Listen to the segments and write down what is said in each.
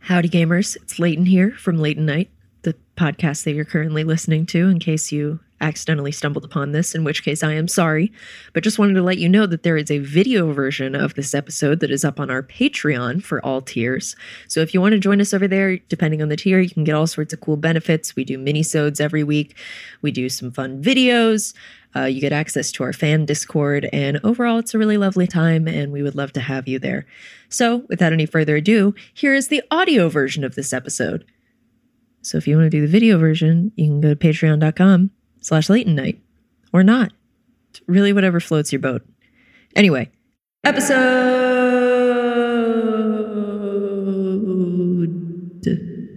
Howdy, gamers. It's Leighton here from Leighton Night, the podcast that you're currently listening to, in case you accidentally stumbled upon this, in which case I am sorry. But just wanted to let you know that there is a video version of this episode that is up on our Patreon for all tiers. So if you want to join us over there, depending on the tier, you can get all sorts of cool benefits. We do mini-sodes every week, we do some fun videos. Uh, you get access to our fan Discord, and overall, it's a really lovely time, and we would love to have you there. So, without any further ado, here is the audio version of this episode. So, if you want to do the video version, you can go to patreon.com slash Leighton Night or not. It's really, whatever floats your boat. Anyway, episode.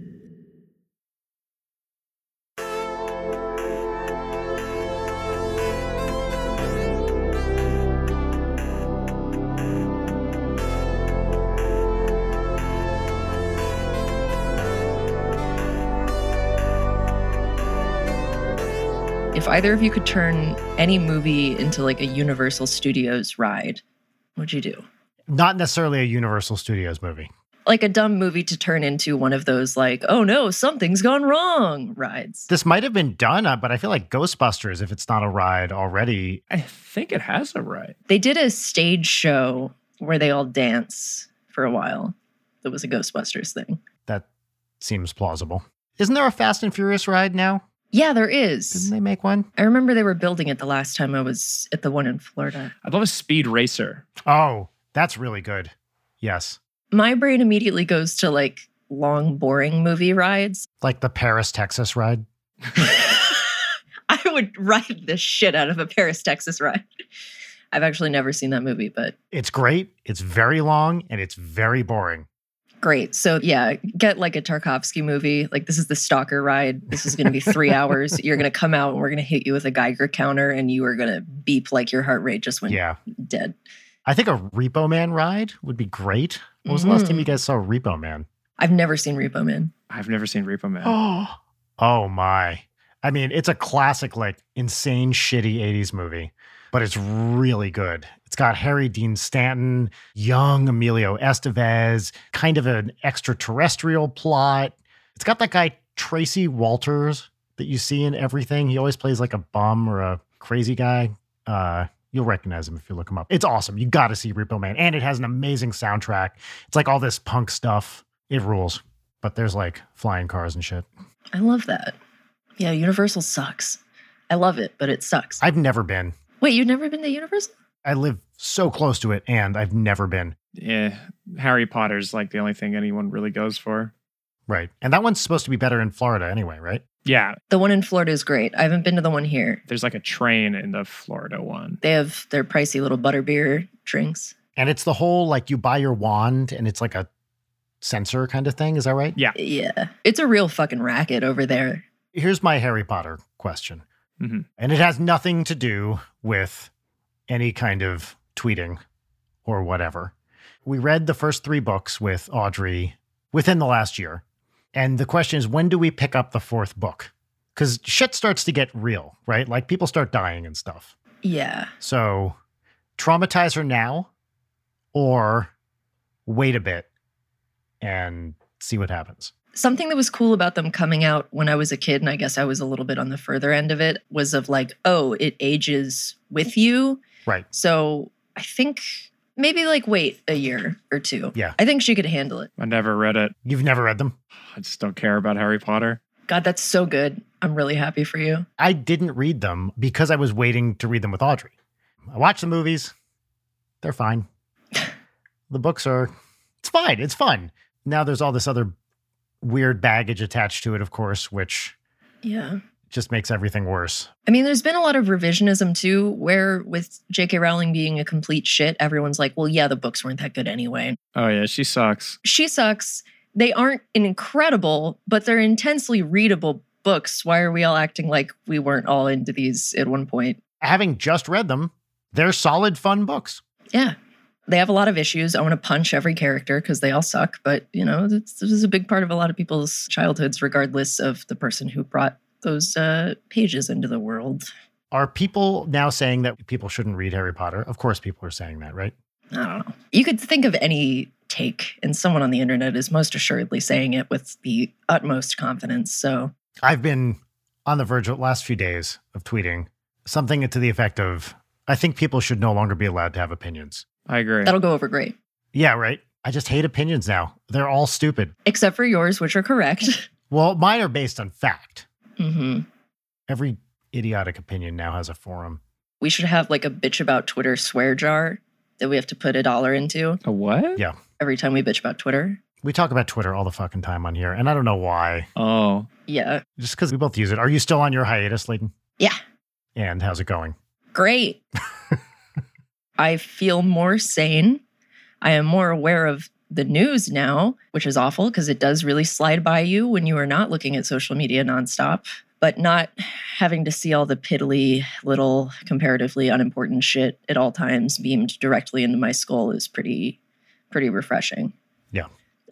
If either of you could turn any movie into like a Universal Studios ride, what'd you do? not necessarily a Universal Studios movie. Like a dumb movie to turn into one of those like, oh no, something's gone wrong rides. This might have been done, uh, but I feel like Ghostbusters, if it's not a ride already, I think it has a right. They did a stage show where they all dance for a while. That was a Ghostbusters thing. that seems plausible. Isn't there a Fast and Furious ride now? Yeah, there Didn't is. they make one? I remember they were building it the last time I was at the one in Florida. I'd love a speed racer. Oh, that's really good. Yes. My brain immediately goes to like long, boring movie rides. Like the Paris, Texas ride. I would ride the shit out of a Paris, Texas ride. I've actually never seen that movie, but It's great, it's very long, and it's very boring. Great. So yeah, get like a Tarkovsky movie. Like this is the stalker ride. This is going to be three hours. You're going to come out and we're going to hit you with a Geiger counter, and you are going to beep like your heart rate just went Yeah. dead. I think a Repo Man ride would be great. When was the last time you guys saw Repo Man? I've never seen Repo Man. I've never seen Repo Man. Oh, oh my. I mean, it's a classic, like insane, shitty 80s movie, but it's really good. It's got Harry Dean Stanton, young Emilio Estevez, kind of an extraterrestrial plot. It's got that guy, Tracy Walters, that you see in everything. He always plays like a bum or a crazy guy. Uh, you'll recognize him if you look him up. It's awesome. You got to see Repo Man. And it has an amazing soundtrack. It's like all this punk stuff. It rules. But there's like flying cars and shit. I love that. Yeah, Universal sucks. I love it, but it sucks. I've never been. Wait, you've never been to Universal? I live so close to it, and I've never been. Yeah, Harry Potter's like the only thing anyone really goes for. Right. And that one's supposed to be better in Florida anyway, right? Yeah, The one in Florida is great. I haven't been to the one here. there's like a train in the Florida one. They have their pricey little butterbeer drinks. And it's the whole like you buy your wand and it's like a sensor kind of thing. Is that right? Yeah. Yeah, it's a real fucking racket over there. Here's my Harry Potter question. Mhm. And it has nothing to do with any kind of tweeting or whatever. We read the first three books with Audrey within the last year. And the question is, when do we pick up the fourth book? Because shit starts to get real, right? Like people start dying and stuff. Yeah. So traumatize her now or wait a bit and see what happens. something that was cool about them coming out when I was a kid, and I guess I was a little bit on the further end of it, was of like, oh, it ages with you. Right. So I think maybe like wait a year or two. Yeah. I think she could handle it. I never read it. You've never read them? I just don't care about Harry Potter. God, that's so good. I'm really happy for you. I didn't read them because I was waiting to read them with Audrey. I watched the movies. They're fine. the books are it's fine. It's fun. Now there's all this other weird baggage attached to it, of course, which Yeah. just makes everything worse. I mean, there's been a lot of revisionism too, where with J.K. Rowling being a complete shit, everyone's like, well, yeah, the books weren't that good anyway. Oh yeah, she sucks. She sucks. They aren't incredible, but they're intensely readable books. Why are we all acting like we weren't all into these at one point? Having just read them, they're solid fun books. Yeah. They have a lot of issues. I want to punch every character because they all suck, but you know, this, this is a big part of a lot of people's childhoods, regardless of the person who brought those uh, pages into the world. Are people now saying that people shouldn't read Harry Potter? Of course, people are saying that, right? I don't know. You could think of any take. And someone on the internet is most assuredly saying it with the utmost confidence. So I've been on the verge of last few days of tweeting something to the effect of I think people should no longer be allowed to have opinions. I agree. that'll go over great. Yeah, right. I just hate opinions now. They're all stupid. Except for yours, which are correct. Well, mine are based on fact. hmm Every idiotic opinion now has a forum. We should have like a bitch about Twitter swear jar that we have to put a dollar into A what? Yeah. every time we bitch about Twitter. We talk about Twitter all the fucking time on here, and I don't know why. Oh, Yeah. Just because we both use it. Are you still on your hiatus, Leighton? Yeah. And how's it going? Great. I feel more sane. I am more aware of the news now, which is awful because it does really slide by you when you are not looking at social media nonstop, but not having to see all the piddly little comparatively unimportant shit at all times beamed directly into my skull is pretty pretty refreshing. Yeah.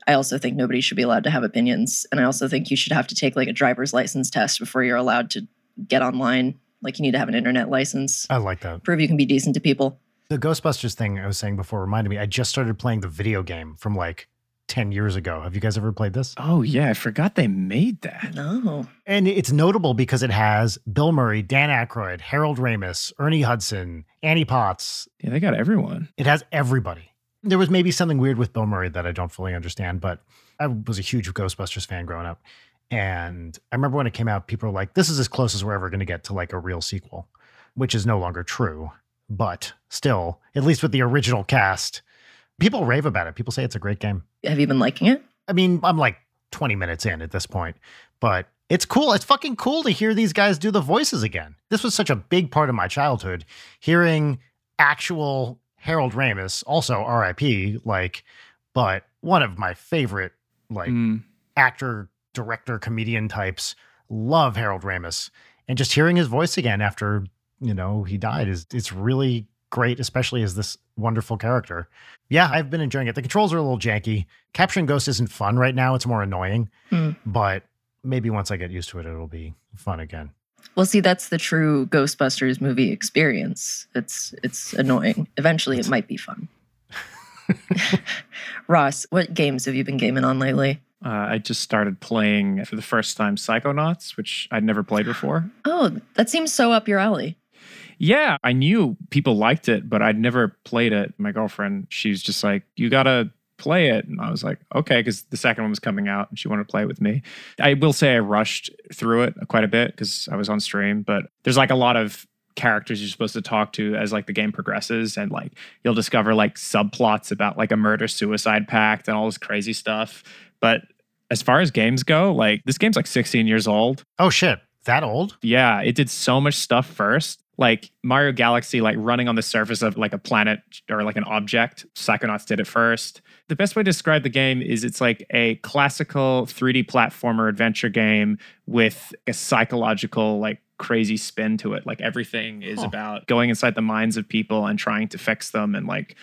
I also think nobody should be allowed to have opinions and I also think you should have to take like a driver's license test before you're allowed to get online. Like you need to have an internet license. I like that. Prove you can be decent to people. The Ghostbusters thing I was saying before reminded me, I just started playing the video game from like 10 years ago. Have you guys ever played this? oh yeah. I forgot they made that. No. And it's notable because it has Bill Murray, Dan Aykroyd, Harold Ramis, Ernie Hudson, Annie Potts. Yeah, they got everyone. It has everybody. There was maybe something weird with Bill Murray that I don't fully understand, but I was a huge Ghostbusters fan growing up. And I remember when it came out, people were like, this is as close as we're ever going to get to like a real sequel, which is no longer true. But still, at least with the original cast, people rave about it. People say it's a great game. Have you been liking it? I mean, I'm like 20 minutes in at this point, but it's cool. It's fucking cool to hear these guys do the voices again. This was such a big part of my childhood, hearing actual Harold Ramis, also RIP, like, but one of my favorite, like, Mm. actor, director, comedian types. Love Harold Ramis. And just hearing his voice again after, you know, he died is it's really great, especially as this wonderful character. Yeah, I've been enjoying it. The controls are a little janky. Capturing ghosts isn't fun right now. It's more annoying. Hmm. But maybe once I get used to it, it'll be fun again. Well, see, that's the true Ghostbusters movie experience. It's it's annoying. Eventually, it might be fun. Ross, what games have you been gaming on lately? Uh, I just started playing for the first time Psychonauts, which I'd never played before. Oh, that seems so up your alley. Yeah, I knew people liked it, but I'd never played it. My girlfriend, she's just like, you gotta play it. And I was like, okay, because the second one was coming out and she wanted to play it with me. I will say I rushed through it quite a bit because I was on stream, but there's like a lot of characters you're supposed to talk to as like the game progresses and like you'll discover like subplots about like a murder suicide pact and all this crazy stuff. But as far as games go, like this game's like 16 years old Oh shit, that old? yeah it did so much stuff first like mario galaxy like running on the surface of like a planet or like an object psychonauts did it first the best way to describe the game is it's like a classical 3d platformer adventure game with a psychological like crazy spin to it like everything is Huh. about going inside the minds of people and trying to fix them and like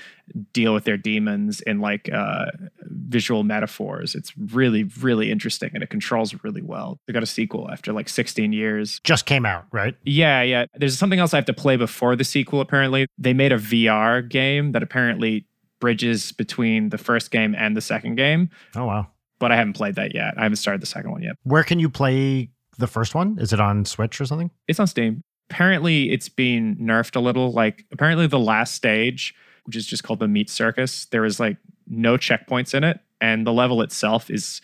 deal with their demons in like uh visual metaphors it's really really interesting and it controls really well they got a sequel after like 16 years Just came out, right? yeah, yeah. There's something else I have to play before the sequel, apparently. They made a VR game that apparently bridges between the first game and the second game, Oh wow. but I haven't played that yet. I haven't started the second one yet. Where can you play the first one? Is it on Switch or something? It's on Steam. Apparently, it's being nerfed a little. Like, apparently, the last stage, which is just called the Meat Circus, there is like no checkpoints in it. And the level itself is,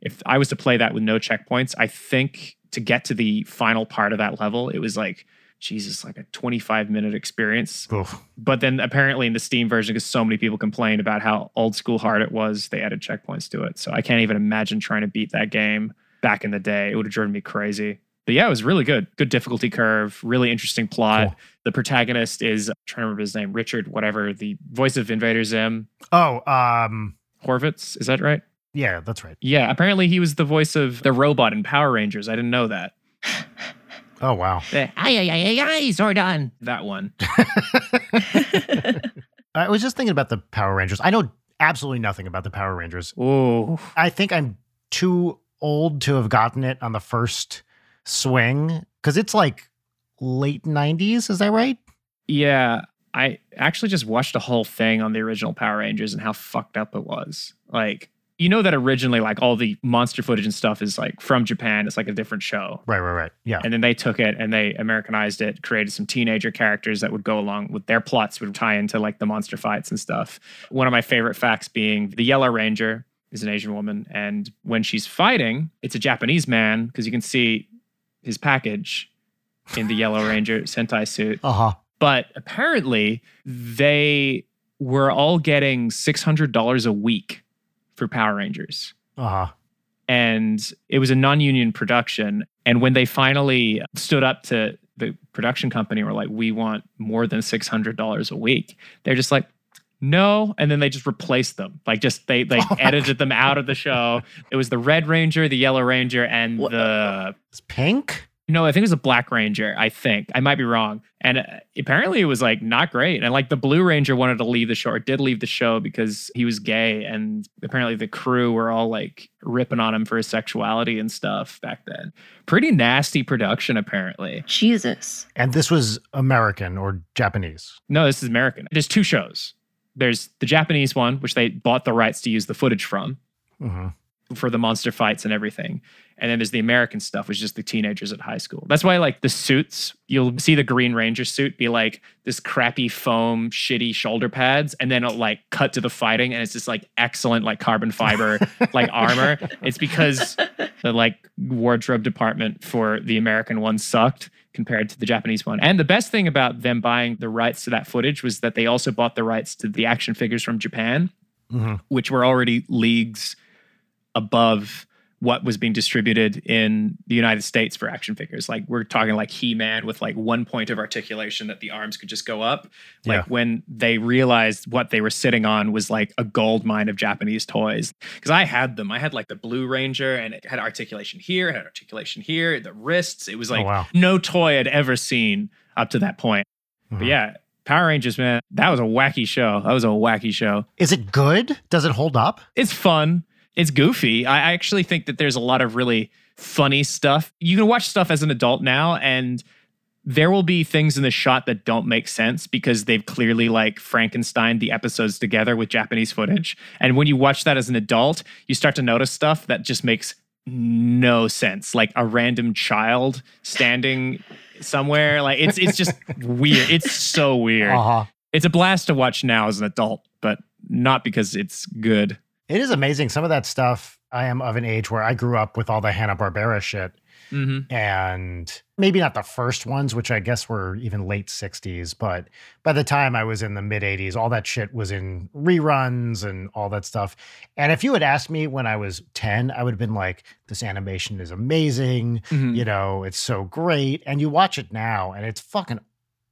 if I was to play that with no checkpoints, I think to get to the final part of that level, it was like, Jesus, like a 25 minute experience. Oof. But then apparently in the Steam version, because so many people complained about how old school hard it was, they added checkpoints to it. So I can't even imagine trying to beat that game back in the day. It would have driven me crazy. But yeah, it was really good. Good difficulty curve, really interesting plot. Cool. The protagonist is I'm trying to remember his name, Richard, whatever, the voice of Invader Zim. Oh, um, Horvitz, is that right? yeah, that's right. Yeah, apparently he was the voice of the robot in Power Rangers. I didn't know that. Oh wow. The, ay, ay, ay, ay, ay, Zordon. That one. I was just thinking about the Power Rangers. I know absolutely nothing about the Power Rangers. Oh, I think I'm too old to have gotten it on the first swing because it's like late 90s. Is that right? Yeah, I actually just watched a whole thing on the original Power Rangers and how fucked up it was. Like, you know that originally, like all the monster footage and stuff is like from Japan. It's like a different show. Right, right, right. Yeah. And then they took it and they Americanized it, created some teenager characters that would go along with their plots, would tie into like the monster fights and stuff. One of my favorite facts being the Yellow Ranger is an Asian woman. And when she's fighting, it's a Japanese man because you can see his package in the Yellow Ranger Sentai suit. Uh huh. But apparently, they were all getting $600 a week for Power Rangers Uh huh. and it was a non-union production and when they finally stood up to the production company and were like we want more than $600 a week they're just like no and then they just replaced them like just they like Oh my edited them out of the show it was the red ranger the yellow ranger and What? the It's pink. no, I think it was a Black Ranger. I think I might be wrong. And uh, apparently, it was like not great. And like the Blue Ranger wanted to leave the show, or did leave the show because he was gay. And apparently, the crew were all like ripping on him for his sexuality and stuff back then. Pretty nasty production, apparently. Jesus. And this was American or Japanese. No, this is American. There's two shows. There's the Japanese one, which they bought the rights to use the footage from hmm for the monster fights and everything. And then there's the American stuff, which is just the teenagers at high school. That's why, like, the suits, you'll see the Green Ranger suit be like this crappy foam, shitty shoulder pads. And then it'll like cut to the fighting. And it's just like excellent, like carbon fiber, like armor. It's because the like wardrobe department for the American one sucked compared to the Japanese one. And the best thing about them buying the rights to that footage was that they also bought the rights to the action figures from Japan hmm which were already leagues above what was being distributed in the United States for action figures. Like we're talking like He-Man with like one point of articulation that the arms could just go up. Like Yeah. when they realized what they were sitting on was like a gold mine of Japanese toys. Cause I had them. I had like the Blue Ranger and it had articulation here, it had articulation here, the wrists. It was like oh wow. no toy I'd ever seen up to that point. Mhm. But yeah, Power Rangers, man, that was a wacky show. That was a wacky show Is it good? Does it hold up? it's fun. It's goofy. I I actually think that there's a lot of really funny stuff. You can watch stuff as an adult now, and there will be things in the shot that don't make sense because they've clearly like Frankenstein the episodes together with Japanese footage. And when you watch that as an adult, you start to notice stuff that just makes no sense. Like a random child standing somewhere. Like it's it's just weird. It's so weird. Uh huh. It's a blast to watch now as an adult, but not because it's good. It is amazing. Some of that stuff. I am of an age where I grew up with all the Hanna Barbera shit, Mm-hmm. and maybe not the first ones, which I guess were even late '60s. But by the time I was in the mid '80s, all that shit was in reruns and all that stuff. And if you had asked me when I was 10, I would have been like, "This animation is amazing. Mm-hmm. Mm. you know it's so great and you watch it now and it's fucking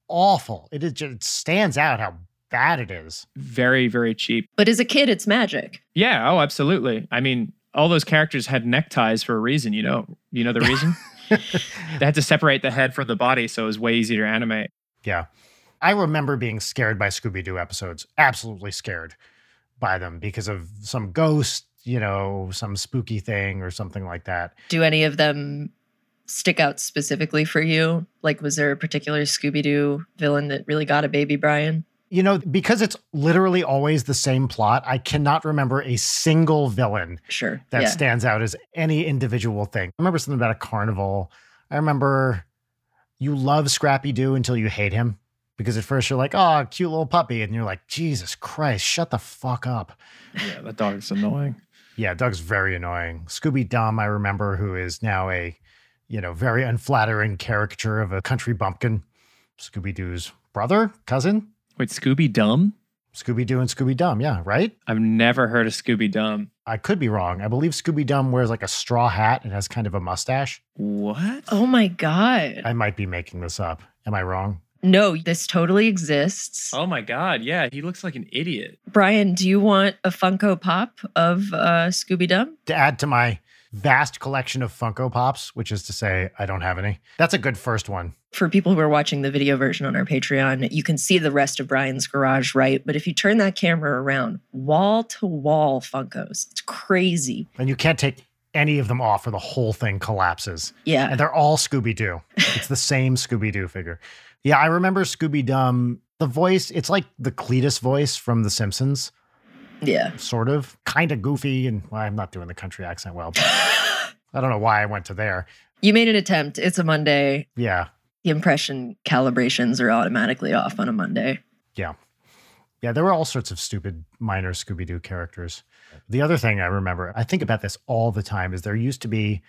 awful it is just, it stands out how bad it is Very, very cheap. But as a kid, it's magic. Yeah. Oh, absolutely. I mean, all those characters had neckties for a reason. You know, you know the reason. they had to separate the head from the body, so it was way easier to animate. yeah i remember being scared by scooby-doo episodes absolutely scared by them because of some ghost you know some spooky thing or something like that Do any of them stick out specifically for you? Like, was there a particular Scooby Doo villain that really got a baby Brian? you know because it's literally always the same plot i cannot remember a single villain Sure. that yeah. stands out as any individual thing. I remember something about a carnival. I remember you love Scrappy Doo until you hate him because at first you're like, oh, cute little puppy. And you're like, Jesus Christ, shut the fuck up. Yeah, that dog's annoying. Yeah, Doug's very annoying. Scooby Dum, I remember, who is now a, you know, very unflattering caricature of a country bumpkin. Scooby Doo's brother, cousin, Wait, Scooby Dumb? Scooby Doo and Scooby Dum. Yeah, right? I've never heard of Scooby Dumb. I could be wrong. I believe Scooby Dum wears like a straw hat and has kind of a mustache. What? Oh my God. I might be making this up. Am I wrong? No, this totally exists. Oh my God. Yeah, he looks like an idiot. Brian, do you want a Funko Pop of uh, Scooby Doo? To add to my vast collection of Funko Pops, which is to say, I don't have any. That's a good first one. For people who are watching the video version on our Patreon, you can see the rest of Brian's garage, right? But if you turn that camera around, wall to wall Funkos, it's crazy. And you can't take any of them off or the whole thing collapses. Yeah. And they're all Scooby Doo. It's the same Scooby Doo figure. Yeah, I remember Scooby Dum The voice, it's like the Cletus voice from The Simpsons, Yeah. sort of. Kind of goofy. And well, I'm not doing the country accent well. But I don't know why I went to there. You made an attempt. It's a Monday. Yeah. The impression calibrations are automatically off on a Monday. Yeah, there were all sorts of stupid minor Scooby Doo characters. The other thing I remember, I think about this all the time, is there used to be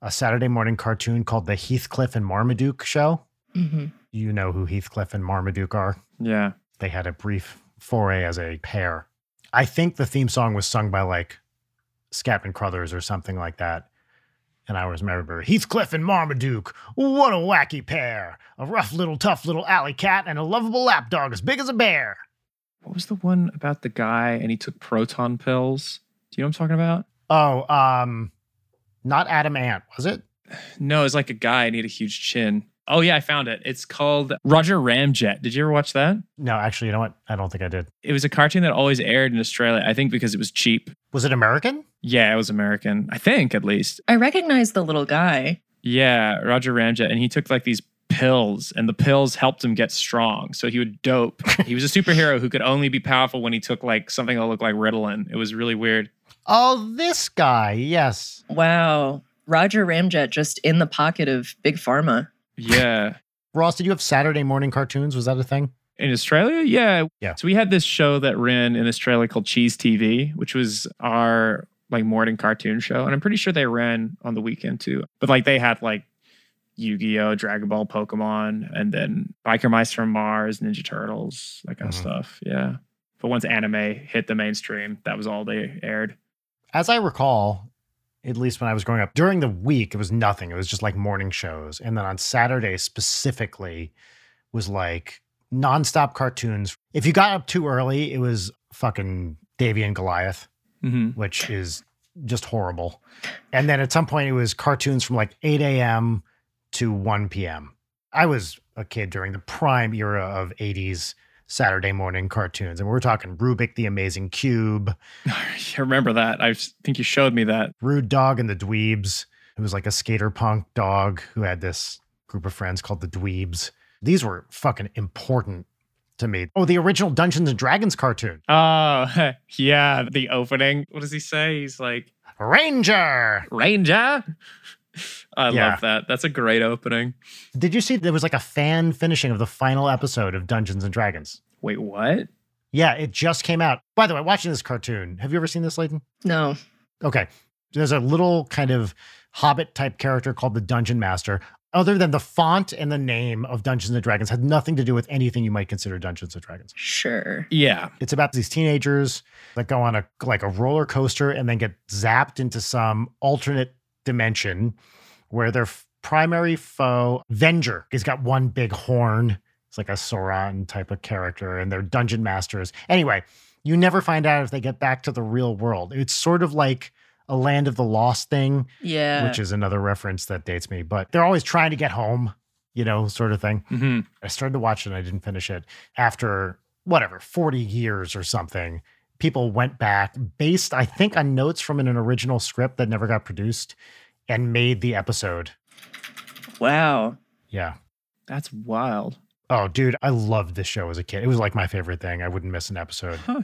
a Saturday morning cartoon called The Heathcliff and Marmaduke Show. hmm You know who Heathcliff and Marmaduke are. Yeah. They had a brief foray as a pair. I think the theme song was sung by like Scatman Crothers or something like that. And I always remember Heathcliff and Marmaduke. What a wacky pair. A rough little, tough little alley cat and a lovable lapdog as big as a bear. What was the one about the guy and he took proton pills? Do you know what I'm talking about? Oh, um, not Adam Ant, was it? No, it's like a guy and he had a huge chin. Oh yeah, I found it. It's called Roger Ramjet. Did you ever watch that? No, actually, you know what? I don't think I did. It was a cartoon that always aired in Australia, I think because it was cheap. Was it American? Yeah, it was American. I think at least. I recognize the little guy. Yeah, Roger Ramjet, and he took like these pills, and the pills helped him get strong. So he would dope. he was a superhero who could only be powerful when he took like something that looked like Ritalin. It was really weird. Oh, this guy. Yes. Wow. Roger Ramjet just in the pocket of Big Pharma. Yeah. Ross, did you have Saturday morning cartoons? Was that a thing? In Australia? Yeah. Yeah. So we had this show that ran in Australia called Cheese TV, which was our like morning cartoon show. And I'm pretty sure they ran on the weekend too. But like they had like Yu-Gi-Oh, Dragon Ball, Pokemon, and then Biker Mice from Mars, Ninja Turtles, that kind Mhm. of stuff. Yeah. But once anime hit the mainstream, that was all they aired. As I recall, at least when I was growing up, during the week, it was nothing. It was just like morning shows. And then on Saturday specifically was like nonstop cartoons. If you got up too early, it was fucking Davy and Goliath. Mm-hmm. which is just horrible. And then at some point, it was cartoons from like 8 a.m. to 1 p.m. I was a kid during the prime era of 80s Saturday morning cartoons. And we're talking Rubik the Amazing Cube, I remember that. I think you showed me that. Rude Dog and the Dweebs, who was like a skater punk dog who had this group of friends called the Dweebs. These were fucking important to me. Oh, the original Dungeons and Dragons cartoon, Oh, yeah. The opening. What does he say? He's like, Ranger. Ranger. I Yeah. love that. That's a great opening. Did you see there was like a fan finishing of the final episode of Dungeons and Dragons? Wait, what? Yeah, it just came out. By the way, watching this cartoon, have you ever seen this, Layton? No. Okay. There's a little kind of hobbit type character called the Dungeon Master. Other than the font and the name of Dungeons and Dragons, had nothing to do with anything you might consider Dungeons and Dragons. Sure. Yeah. It's about these teenagers that go on a like a roller coaster and then get zapped into some alternate dimension where their f- primary foe, Venger, he's got one big horn. It's like a Sauron type of character, and they're dungeon masters. Anyway, you never find out if they get back to the real world. It's sort of like a Land of the Lost thing, Yeah. which is another reference that dates me, but they're always trying to get home, you know, sort of thing. Mm-hmm. I started to watch it and I didn't finish it after whatever 40 years or something. People went back based, I think, on notes from an, an original script that never got produced and made the episode. wow. Yeah. That's wild. Oh, dude, I loved this show as a kid. It was like my favorite thing. I wouldn't miss an episode. Huh.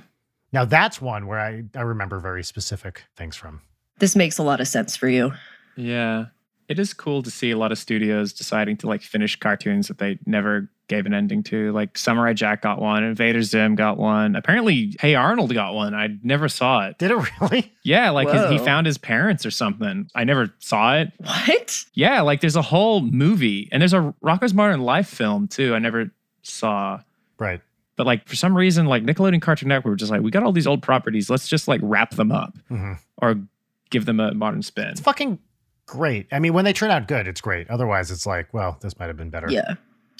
Now, that's one where I, I remember very specific things from. This makes a lot of sense for you. Yeah. It is cool to see a lot of studios deciding to like finish cartoons that they never gave an ending to. Like Samurai Jack got one, Invader Zim got one. Apparently, Hey Arnold got one. I never saw it. Did it really? Yeah, like his, he Whoa. found his parents or something. I never saw it. What? Yeah, like there's a whole movie and there's a Rocko's Modern Life film too. I never saw. Right. But like for some reason, like Nickelodeon and Cartoon Network were just like, we got all these old properties. Let's just like wrap them up hmm or give them a modern spin. It's fucking great. I mean, when they turn out good, it's great. Otherwise, it's like, well, this might have been better. Yeah.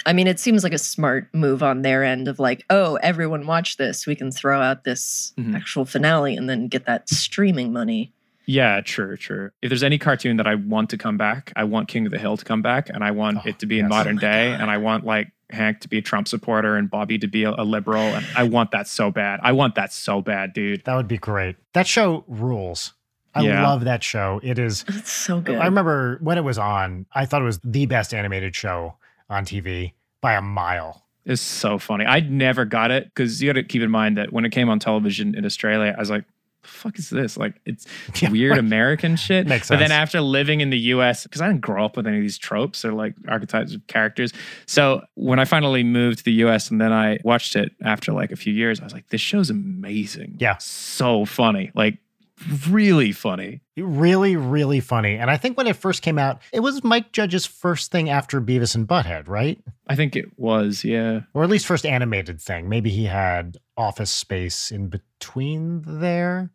I mean, it seems like a smart move on their end of like, oh, everyone watch this. We can throw out this Mhm. actual finale and then get that streaming money. Yeah, true, true. If there's any cartoon that I want to come back, I want King of the Hill to come back and I want Oh, it to be yes. in modern Oh my day God. and I want like Hank to be a Trump supporter and Bobby to be a, a liberal. And I want that so bad. I want that so bad, dude. That would be great. That show rules. I Yeah. love that show. It is. That's so good. I remember when it was on, I thought it was the best animated show on TV by a mile. It's so funny. I never got it because you got to keep in mind that when it came on television in Australia, I was like, the fuck is this? Like, it's Yeah, weird right. American shit. Makes But then sense. after living in the US, because I didn't grow up with any of these tropes or like archetypes of characters. So when I finally moved to the US and then I watched it after like a few years, I was like, this show's amazing. Yeah. So funny. Like, really funny. Really, really funny. And I think when it first came out, it was Mike Judge's first thing after Beavis and Butthead, right? I think it was, yeah. Or at least first animated thing. Maybe he had Office Space in between there.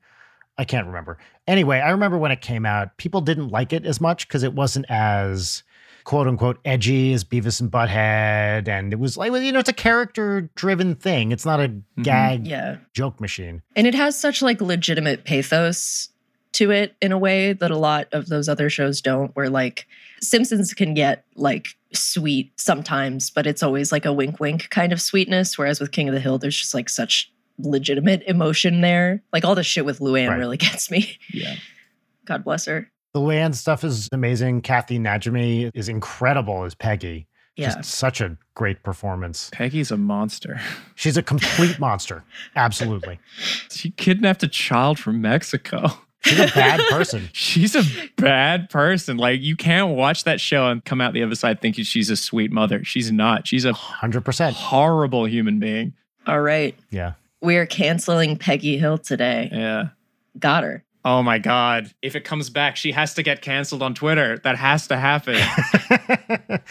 I can't remember. Anyway, I remember when it came out, people didn't like it as much because it wasn't as quote unquote edgy as Beavis and Butthead. And it was like, well, you know, it's a character driven thing, it's not a gag Yeah. joke machine. And it has such like legitimate pathos to it in a way that a lot of those other shows don't, where like Simpsons can get like sweet sometimes, but it's always like a wink wink kind of sweetness. Whereas with King of the Hill, there's just like such legitimate emotion there. Like all the shit with Luann Right. really gets me. Yeah. God bless her. The Luann stuff is amazing. Kathy Najimy is incredible as Peggy. Yeah. Just such a great performance. Peggy's a monster. She's a complete monster. Absolutely. She kidnapped a child from Mexico. She's a bad person. She's a bad person. Like you can't watch that show and come out the other side thinking she's a sweet mother. She's not. She's a 100%. horrible human being. all right. Yeah. We're canceling Peggy Hill today. Yeah. Got her. Oh my god. If it comes back, she has to get canceled on Twitter. That has to happen.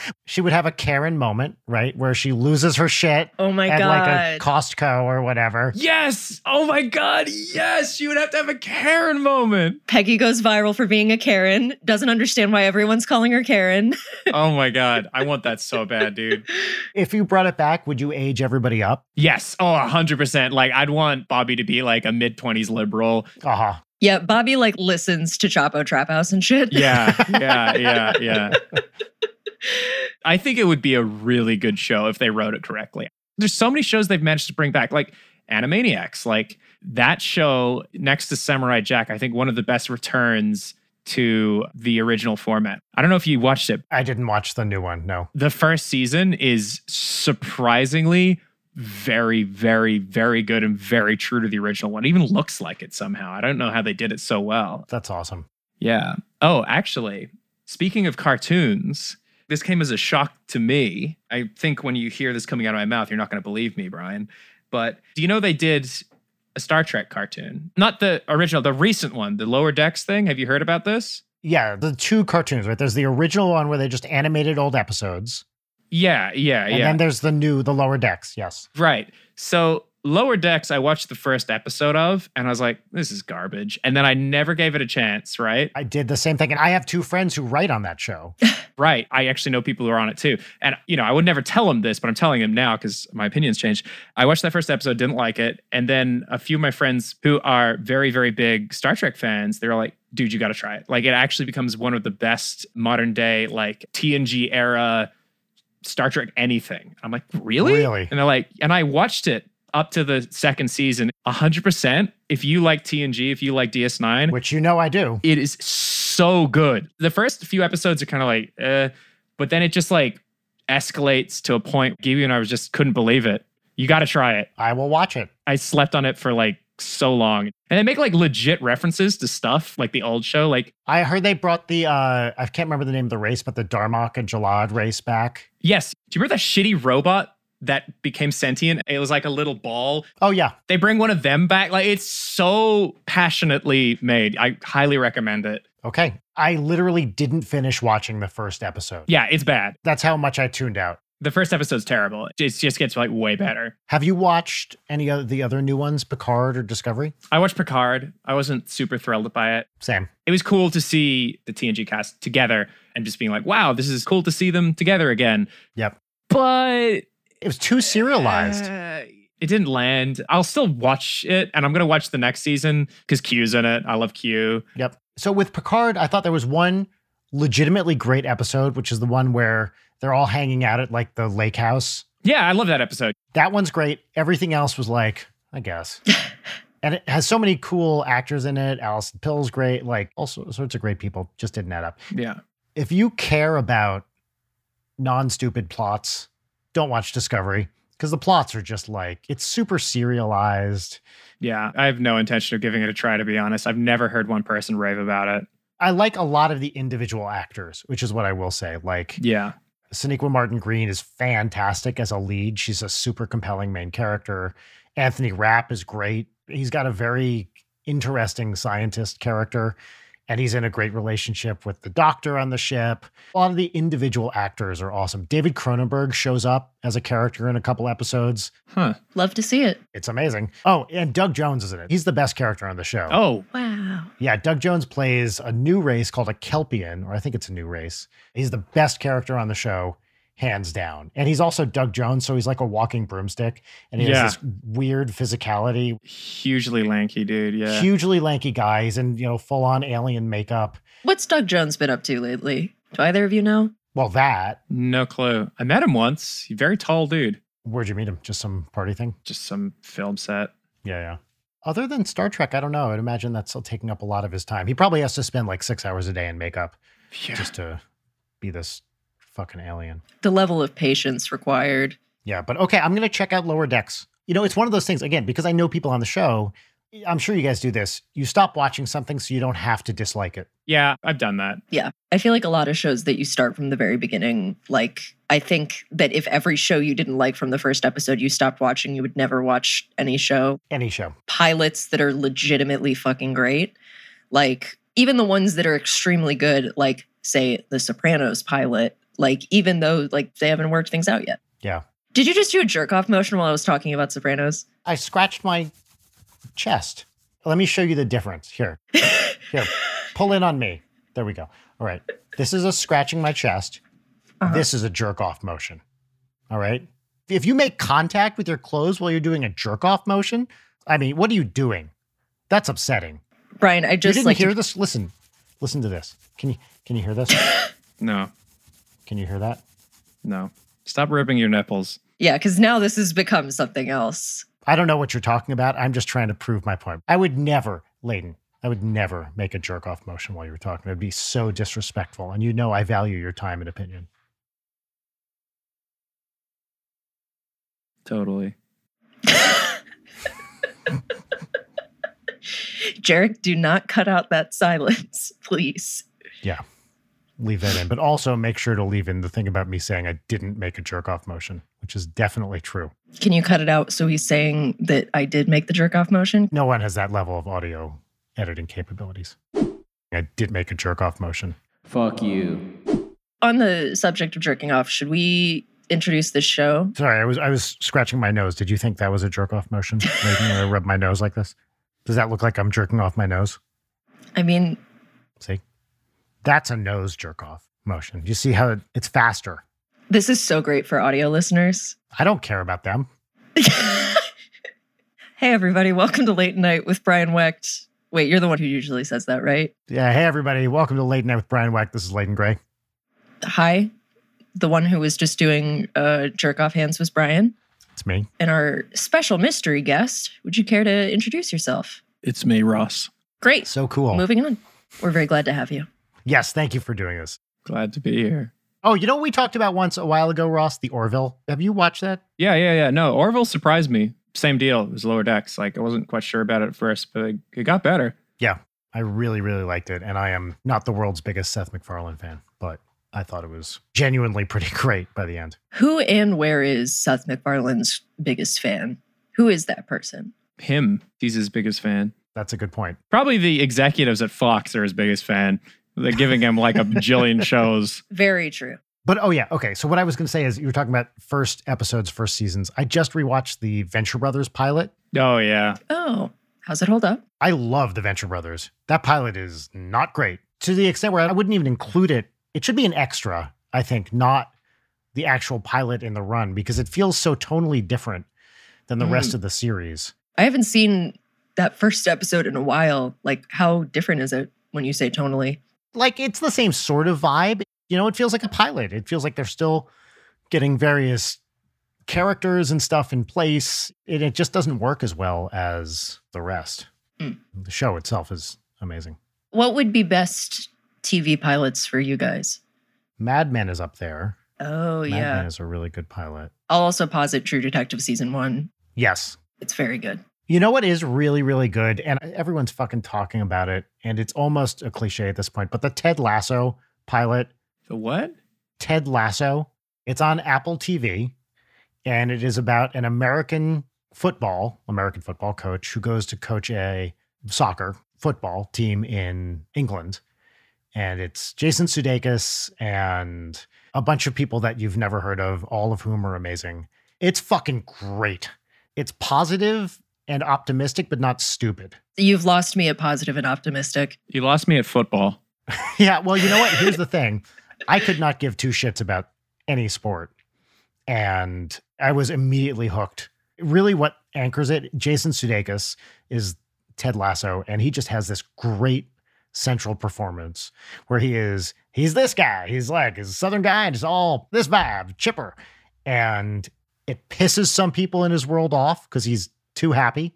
she would have a Karen moment, right? Where she loses her shit Oh my at like God. a Costco or whatever. yes. Oh my god. Yes. She would have to have a Karen moment. Peggy goes viral for being a Karen, doesn't understand why everyone's calling her Karen. Oh my god. I want that so bad, dude. If you brought it back, would you age everybody up? Yes. Oh, 100%. Like I'd want Bobby to be like a mid-20s liberal. Uh huh. Yeah, Bobby like listens to Chapo Trap House and shit. Yeah. Yeah. Yeah. Yeah. I think it would be a really good show if they wrote it correctly. There's so many shows they've managed to bring back, like Animaniacs, like that show next to Samurai Jack. I think one of the best returns to the original format. I don't know if you watched it. I didn't watch the new one. No. The first season is surprisingly very, very, very good and very true to the original one. It even looks like it somehow. I don't know how they did it so well. That's awesome. Yeah. Oh, actually, speaking of cartoons, this came as a shock to me. I think when you hear this coming out of my mouth, you're not going to believe me, Brian. But do you know they did a Star Trek cartoon? Not the original, the recent one, the Lower Decks thing. Have you heard about this? Yeah. The two cartoons, right? There's the original one where they just animated old episodes. Yeah, yeah, And Uh, yeah. then there's the new, the lower decks. Yes. Right. So Lower Decks, I watched the first episode of, and I was like, this is garbage. And then I never gave it a chance, right? I did the same thing. And I have two friends who write on that show. Right. I actually know people who are on it too. And, you know, I would never tell them this, but I'm telling them now because my opinion's changed. I watched that first episode, didn't like it. And then a few of my friends who are very, very big Star Trek fans, they were like, dude, you got to try it. Like, it actually becomes one of the best modern day, like TNG era Star Trek anything. I'm like, really? Really? And they're like, and I watched it up to the second season 100%. If you like TNG, if you like DS9, Which you know I do. it is so good. The first few episodes are kind of like, eh, but then it just like escalates to a point. Gibi and I was just couldn't believe it. You got to try it. I will watch it. I slept on it for like so long, and they make like legit references to stuff like the old show. Like, I heard they brought the uh I can't remember the name of the race, but the Darmok and Jalad race back. yes, do you remember that shitty robot that became sentient? It was like a little ball. Oh yeah. They bring one of them back. Like, it's so passionately made. I highly recommend it. Okay. I literally didn't finish watching the first episode. Yeah, it's bad. That's how much I tuned out. The first episode's terrible. It just gets like way better. Have you watched any of the other new ones, Picard or Discovery? I watched Picard. I wasn't super thrilled by it. Sam. It was cool to see the TNG cast together and just being like, wow, this is cool to see them together again. Yep. But It was too serialized. uh, it didn't land. I'll still watch it and I'm going to watch the next season because Q's in it. I love Q. Yep. So with Picard, I thought there was one legitimately great episode, which is the one where they're all hanging out at like the lake house. Yeah, I love that episode. That one's great. Everything else was like, I guess. and it has so many cool actors in it. Allison Pill's great. Like all so- sorts of great people. Just didn't add up. Yeah. If you care about non-stupid plots, don't watch Discovery because the plots are just like it's super serialized. Yeah, I have no intention of giving it a try, to be honest. I've never heard one person rave about it. I like a lot of the individual actors, which is what I will say. Like Yeah. Sonequa Martin Green is fantastic as a lead. She's a super compelling main character. Anthony Rapp is great. He's got a very interesting scientist character, and he's in a great relationship with the doctor on the ship. A lot of the individual actors are awesome. David Cronenberg shows up as a character in a couple episodes. Huh. Love to see it. It's amazing. Oh, and Doug Jones is in it. He's the best character on the show. Oh, Wow. Yeah, Doug Jones plays a new race called a Kelpian, or I think it's a new race. He's the best character on the show, hands down. And he's also Doug Jones, so he's like a walking broomstick. And he Yeah. has this weird physicality, hugely lanky dude. Yeah. hugely lanky guy. He's in, you know, full on alien makeup. What's Doug Jones been up to lately? Do either of you know? Well, that, No clue. I met him once. Very tall dude. where'd you meet him? Just some party thing? Just some film set. Yeah, yeah. Other than Star Trek, I don't know. I'd imagine that's still taking up a lot of his time. He probably has to spend like six hours a day in makeup Yeah. just to be this fucking alien. The level of patience required. Yeah, but okay, I'm going to check out Lower Decks. You know, it's one of those things, again, because I know people on the show, I'm sure you guys do this. You stop watching something so you don't have to dislike it. yeah, I've done that. Yeah. I feel like a lot of shows that you start from the very beginning, like, I think that if every show you didn't like from the first episode you stopped watching, you would never watch any show. Any show. Pilots that are legitimately fucking great, like, even the ones that are extremely good, like, say, The Sopranos pilot, like, even though, like, they haven't worked things out yet. Yeah. Did you just do a jerk off motion while I was talking about Sopranos? I scratched my chest. Let me show you the difference. Here. Here. Pull in on me. There we go. All right. This is a scratching my chest. Uh-huh. This is a jerk off motion. All right. If you make contact with your clothes while you're doing a jerk off motion, I mean, what are you doing? That's upsetting. Brian, I you just didn't like to- hear this. Listen, listen to this. Can you can you hear this? No, can you hear that? no. Stop ripping your nipples. Yeah, because now this has become something else. I don't know what you're talking about. I'm just trying to prove my point. I would never, Layton. I would never make a jerk off motion while you were talking. It'd be so disrespectful. And you know I value your time and opinion. Totally. Jarek, do not cut out that silence, please. Leave that in. But also make sure to leave in the thing about me saying I didn't make a jerk off motion, which is definitely true. Can you cut it out so he's saying that I did make the jerk off motion? No one has that level of audio editing capabilities. I did make a jerk off motion. Fuck you. On the subject of jerking off, should we introduce this show? Sorry, I was I was scratching my nose. Did you think that was a jerk off motion? Making where I rub my nose like this? Does that look like I'm jerking off my nose? I mean, See? That's a nose jerk off motion. You see how it, it's faster. this is so great for audio listeners. I don't care about them. hey, everybody, welcome to Late Night with Brian Wecht. Wait, you're the one who usually says that, right? Yeah, hey everybody, welcome to Late Night with Brian Wack. This is Leighton Gray. Hi, the one who was just doing uh, jerk off hands was Brian. It's me. and our special mystery guest. Would you care to introduce yourself? It's me, Ross. Great. So cool. Moving on. We're very glad to have you. Yes, thank you for doing this. Glad to be here. Oh, you know what we talked about once a while ago, Ross? The Orville. Have you watched that? Yeah, yeah, yeah. No, Orville surprised me. Same deal. It was lower decks. Like I wasn't quite sure about it at first, but it got better. I really, really liked it. And I am not the world's biggest Seth MacFarlane fan, but I thought it was genuinely pretty great by the end. Who and where is Seth MacFarlane's biggest fan? Who is that person? Him, he's his biggest fan. That's a good point. Probably the executives at Fox are his biggest fan. They're giving him like a bajillion shows. Very true. But oh yeah, okay. So what I was going to say is you were talking about first episodes, first seasons. I just rewatched the Venture Brothers pilot. Oh yeah. Oh, how's it hold up? I love the Venture Brothers. That pilot is not great to the extent where I wouldn't even include it. It should be an extra, I think, not the actual pilot in the run because it feels so totally different than the rest of the series. I haven't seen that first episode in a while. Like, how different is it when you say tonally? Like it's the same sort of vibe. You know, it feels like a pilot. It feels like they're still getting various characters and stuff in place. It, it just doesn't work as well as the rest. Mm. The show itself is amazing. What would be best TV pilots for you guys? Mad Men is up there. Oh, yeah. Madman is a really good pilot. I'll also posit True Detective season one. Yes. It's very good. You know what is really, really good? And everyone's fucking talking about it. And it's almost a cliche at this point, but the Ted Lasso pilot, The what? Ted Lasso, it's on Apple TV. And it is about an American football, American football coach who goes to coach a soccer football team in England. And it's Jason Sudeikis and a bunch of people that you've never heard of, all of whom are amazing. It's fucking great. It's positive and optimistic, but not stupid. You've lost me at positive and optimistic. You lost me at football. Yeah, well, you know what? Here's the thing. I could not give two shits about any sport. And I was immediately hooked. Really, what anchors it, Jason Sudeikis is Ted Lasso, and he just has this great central performance where he is, he's this guy. He's like, he's a Southern guy, and it's all this vibe, chipper. And it pisses some people in his world off because he's too happy.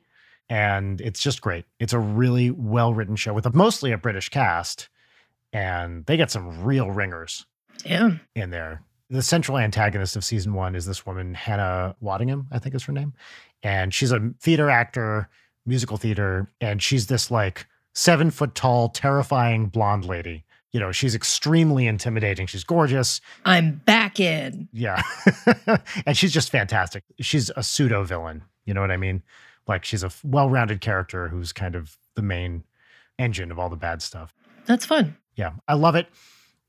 And it's just great. It's a really well written show with a, mostly a British cast and they get some real ringers Damn. in there. The central antagonist of season one is this woman, Hannah Waddingham, I think is her name. And she's a theater actor, musical theater, and she's this like seven foot tall, terrifying blonde lady. You know, she's extremely intimidating. She's gorgeous. I'm back in. Yeah. and she's just fantastic. She's a pseudo villain. You know what I mean? Like she's a well rounded character who's kind of the main engine of all the bad stuff. That's fun. Yeah, I love it.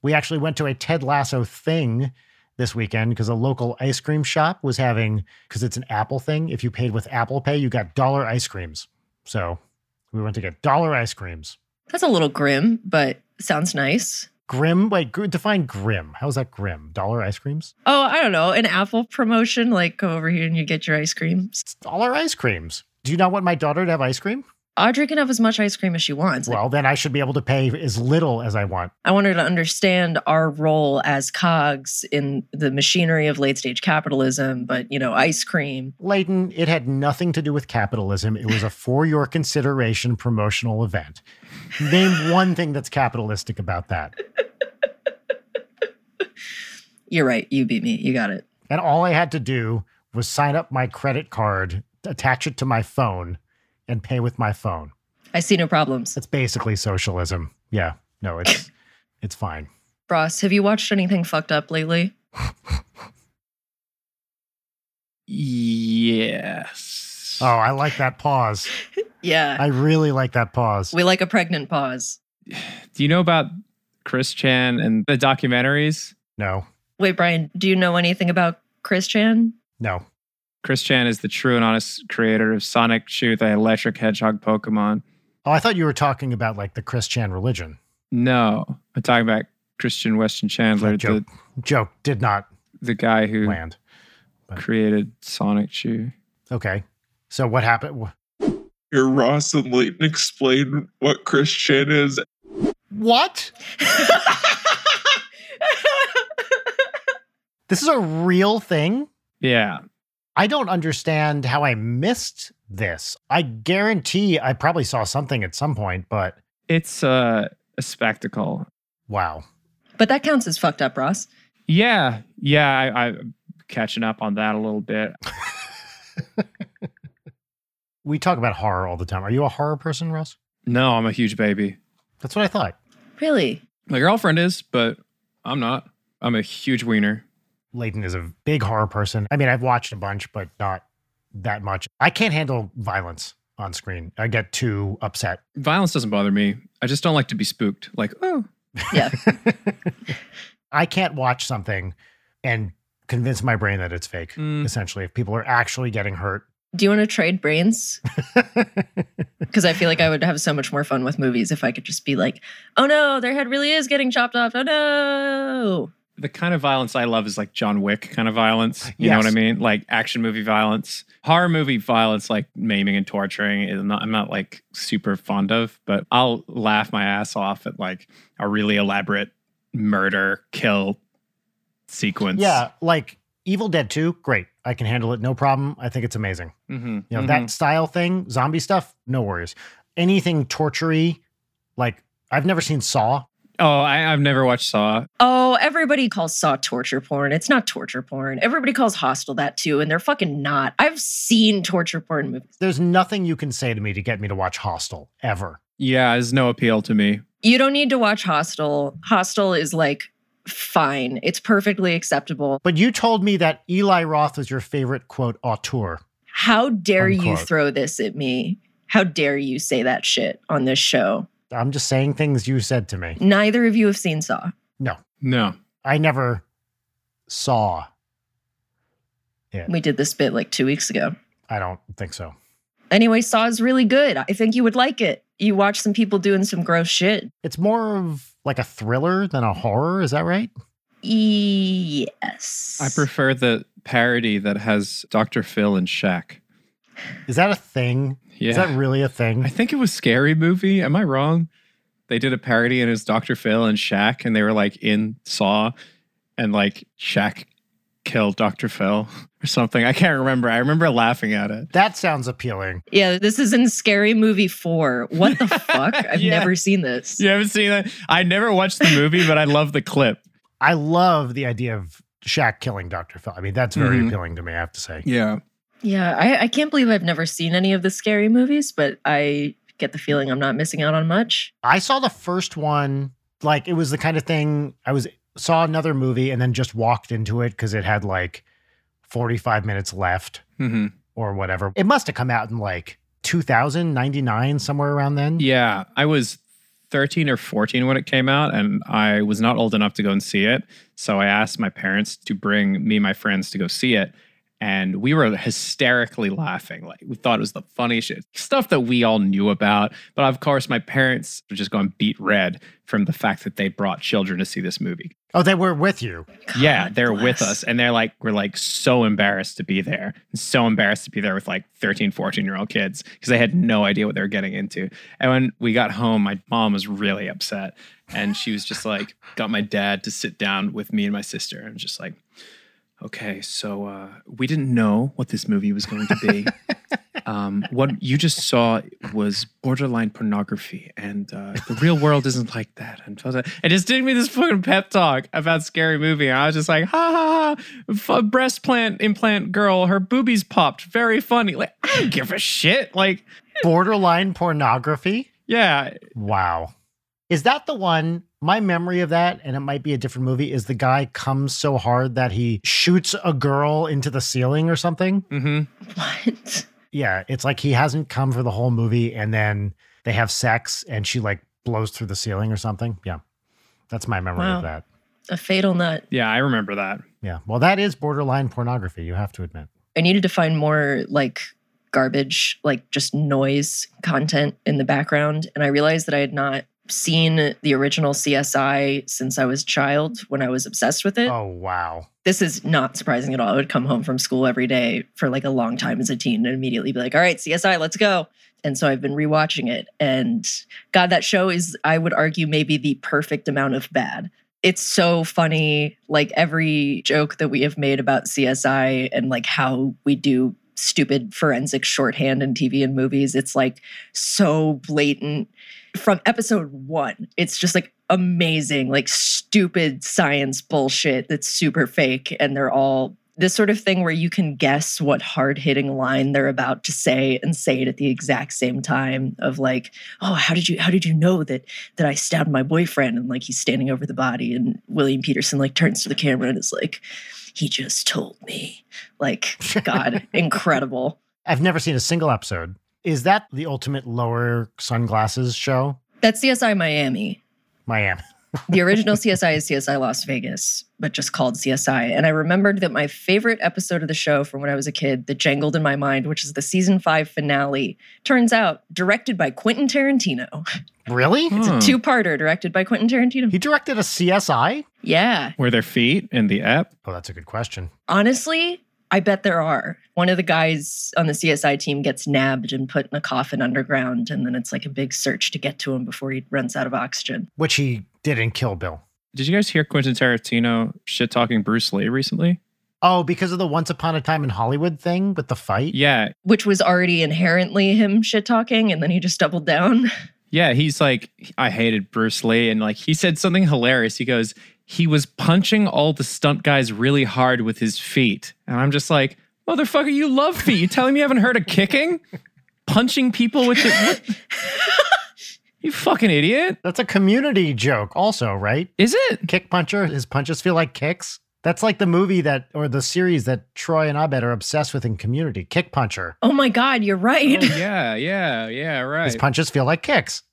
We actually went to a Ted Lasso thing this weekend because a local ice cream shop was having because it's an Apple thing. If you paid with Apple Pay, you got dollar ice creams. So we went to get dollar ice creams. That's a little grim, but sounds nice. Grim, wait, gr- define grim. How's that grim? Dollar ice creams? Oh, I don't know. An Apple promotion, like go over here and you get your ice cream. It's dollar ice creams. Do you not want my daughter to have ice cream? Audrey can have as much ice cream as she wants. Well, then I should be able to pay as little as I want. I want her to understand our role as cogs in the machinery of late stage capitalism, but you know, ice cream. Leighton, it had nothing to do with capitalism. It was a for your consideration promotional event. Name one thing that's capitalistic about that. You're right. You beat me. You got it. And all I had to do was sign up my credit card, attach it to my phone, and pay with my phone. I see no problems. That's basically socialism. Yeah. No, it's it's fine. Ross, have you watched anything fucked up lately? Yes. Oh, I like that pause. Yeah. I really like that pause. we like a pregnant pause. Do you know about Chris Chan and the documentaries? No, Wait, Brian, do you know anything about Chris Chan? no. Chris Chan is the true and honest creator of Sonic Shoot, the electric hedgehog Pokemon. Oh, I thought you were talking about like the Chris Chan religion. No, I'm talking about Christian Weston Chandler, That the, joke joke did not the guy who land. created Sonic Shoe. Okay. So what happened? Here, Ross and Leighton explain what Chris Chan is. What? This is a real thing? Yeah. I don't understand how I missed this. I guarantee I probably saw something at some point, but It's uh, a spectacle. wow. but that counts as fucked up, Ross. Yeah. Yeah. I, I'm catching up on that a little bit. We talk about horror all the time. Are you a horror person, Russ? No, I'm a huge baby. That's what I thought. Really? My girlfriend is, but I'm not. I'm a huge wiener. Leighton is a big horror person. I mean, I've watched a bunch, but not that much. I can't handle violence on screen. I get too upset. Violence doesn't bother me. I just don't like to be spooked. Like, oh, Yeah. I can't watch something and convince my brain that it's fake, Mm. essentially, if people are actually getting hurt. Do you want to trade brains? Because I feel like I would have so much more fun with movies if I could just be like, oh no, their head really is getting chopped off. Oh no. the kind of violence I love is like John Wick kind of violence. You know Yes. what I mean? Like action movie violence, horror movie violence, like maiming and torturing. Is not, I'm not like super fond of, but I'll laugh my ass off at like a really elaborate murder kill sequence. Yeah, like Evil Dead 2, great. I can handle it no problem. I think it's amazing. Mhm. You know, Mhm. that style thing, zombie stuff, no worries. Anything tortury, like I've never seen Saw. Oh, I, I've never watched Saw. Oh, everybody calls Saw torture porn. It's not torture porn. Everybody calls Hostel that too, and they're fucking not. I've seen torture porn movies. There's nothing you can say to me to get me to watch Hostel ever. Yeah, there's no appeal to me. You don't need to watch Hostel. Hostel is like fine. It's perfectly acceptable. But you told me that Eli Roth was your favorite quote auteur. How dare you Unquote. throw this at me? How dare you say that shit on this show? I'm just saying things you said to me. Neither of you have seen Saw. No. I never saw. We did this bit like two weeks ago. I don't think so. Anyway, Saw is really good. I think you would like it. You watch some people doing some gross shit. It's more of like a thriller than a horror. Is that right? Yes. I prefer the parody that has Dr. Phil and Shaq. Is that a thing? Yeah. Is that really a thing? I think it was Scary Movie. Am I wrong? They did a parody and it's Dr. Phil and Shaq, and they were like in Saw, and like Shaq killed Dr. Phil or something. I can't remember. I remember laughing at it. that sounds appealing. Yeah, this is in Scary Movie 4. What the fuck? I've Yeah. never seen this. You haven't seen that? I never watched the movie, but I love the clip. I love the idea of Shaq killing Dr. Phil. I mean, that's very Mhm. appealing to me, I have to say. Yeah. Yeah, I, I can't believe I've never seen any of the scary movies, but I get the feeling I'm not missing out on much. I saw the first one, like it was the kind of thing I was saw another movie and then just walked into it because it had like 45 minutes left hmm or whatever. It must have come out in like 2000, 99, somewhere around then. Yeah. I was 13 or 14 when it came out, and I was not old enough to go and see it. So I asked my parents to bring me and my friends to go see it. And we were hysterically laughing. Like, we thought it was the funniest shit. Stuff that we all knew about. But of course, my parents were just going beat red from the fact that they brought children to see this movie. Oh, they were with you. yeah, God they're with bless. us. And they're like, we're like so embarrassed to be there. So embarrassed to be there with like 13, 14 year old kids because they had no idea what they were getting into. And when we got home, my mom was really upset. And she was just like, got my dad to sit down with me and my sister and just like, okay, so uh, we didn't know what this movie was going to be. um, what you just saw was borderline pornography, and uh, the real world isn't like that. And blah, blah. it just did me this fucking pep talk about scary movie. And I was just like, ha ha ha, f- breast plant implant girl, her boobies popped, very funny. Like I don't give a shit. Like Borderline pornography. yeah, Wow. Is that the one? My memory of that, and it might be a different movie, is the guy comes so hard that he shoots a girl into the ceiling or something. hmm What? Yeah, it's like he hasn't come for the whole movie and then they have sex and she like blows through the ceiling or something. Yeah. That's my memory Wow. of that. A fatal nut. yeah, I remember that. Yeah. Well, that is borderline pornography, you have to admit. I needed to find more like garbage, like just noise content in the background. And I realized that I had not seen the original CSI since I was a child when I was obsessed with it. Oh, wow. This is not surprising at all. I would come home from school every day for like a long time as a teen and immediately be like, all right, CSI, let's go. And so I've been rewatching it. And God, that show is, I would argue, maybe the perfect amount of bad. It's so funny. Like every joke that we have made about CSI and like how we do stupid forensic shorthand in TV and movies, it's like so blatant. From episode one, it's just like amazing, like stupid science bullshit that's super fake. And they're all this sort of thing where you can guess what hard hitting line they're about to say and say it at the exact same time of like, oh, how did you how did you know that that I stabbed my boyfriend? And like he's standing over the body and William Peterson like turns to the camera and is like, he just told me. Like, God, incredible. I've never seen a single episode. Is that the ultimate lower sunglasses show? That's CSI Miami. Miami. the original CSI is CSI Las Vegas, but just called CSI. And I remembered that my favorite episode of the show from when I was a kid that jangled in my mind, which is the season five finale, turns out directed by Quentin Tarantino. Really? It's Hmm. a two parter directed by Quentin Tarantino. He directed a CSI? Yeah. Were their feet in the app? Oh, that's a good question. Honestly, I bet there are. One of the guys on the CSI team gets nabbed and put in a coffin underground, and then it's like a big search to get to him before he runs out of oxygen. Which he did in Kill Bill. Did you guys hear Quentin Tarantino shit talking Bruce Lee recently? Oh, because of the Once Upon a Time in Hollywood thing with the fight? Yeah, Which was already inherently him shit talking, and then he just doubled down. Yeah, he's like, I hated Bruce Lee. And like, he said something hilarious. He goes, he was punching all the stunt guys really hard with his feet. And I'm just like, motherfucker, you love feet. You telling me you haven't heard of kicking? Punching people with the. what? you fucking idiot. That's a community joke, also, right? Is it? Kick puncher, his punches feel like kicks. That's like the movie that, or the series that Troy and Abed are obsessed with in community Kick Puncher. Oh my God, you're right. Oh, yeah, yeah, yeah, right. His punches feel like kicks.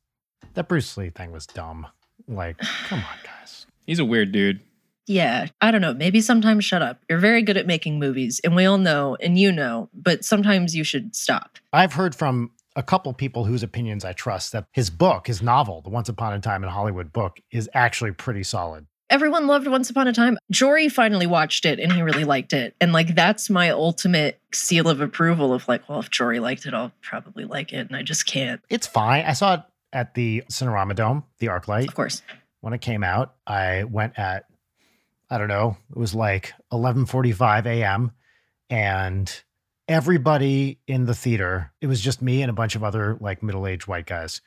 That Bruce Lee thing was dumb. Like, come on, guys. He's a weird dude. Yeah, I don't know. Maybe sometimes shut up. You're very good at making movies, and we all know, and you know, but sometimes you should stop. I've heard from a couple people whose opinions I trust that his book, his novel, the Once Upon a Time in Hollywood book, is actually pretty solid. Everyone loved Once Upon a Time. Jory finally watched it and he really liked it. And like that's my ultimate seal of approval of like, well, if Jory liked it, I'll probably like it. And I just can't. It's fine. I saw it at the Cinerama Dome, the ArcLight. Of course. when it came out i went at i don't know it was like 11.45 a.m and everybody in the theater it was just me and a bunch of other like middle-aged white guys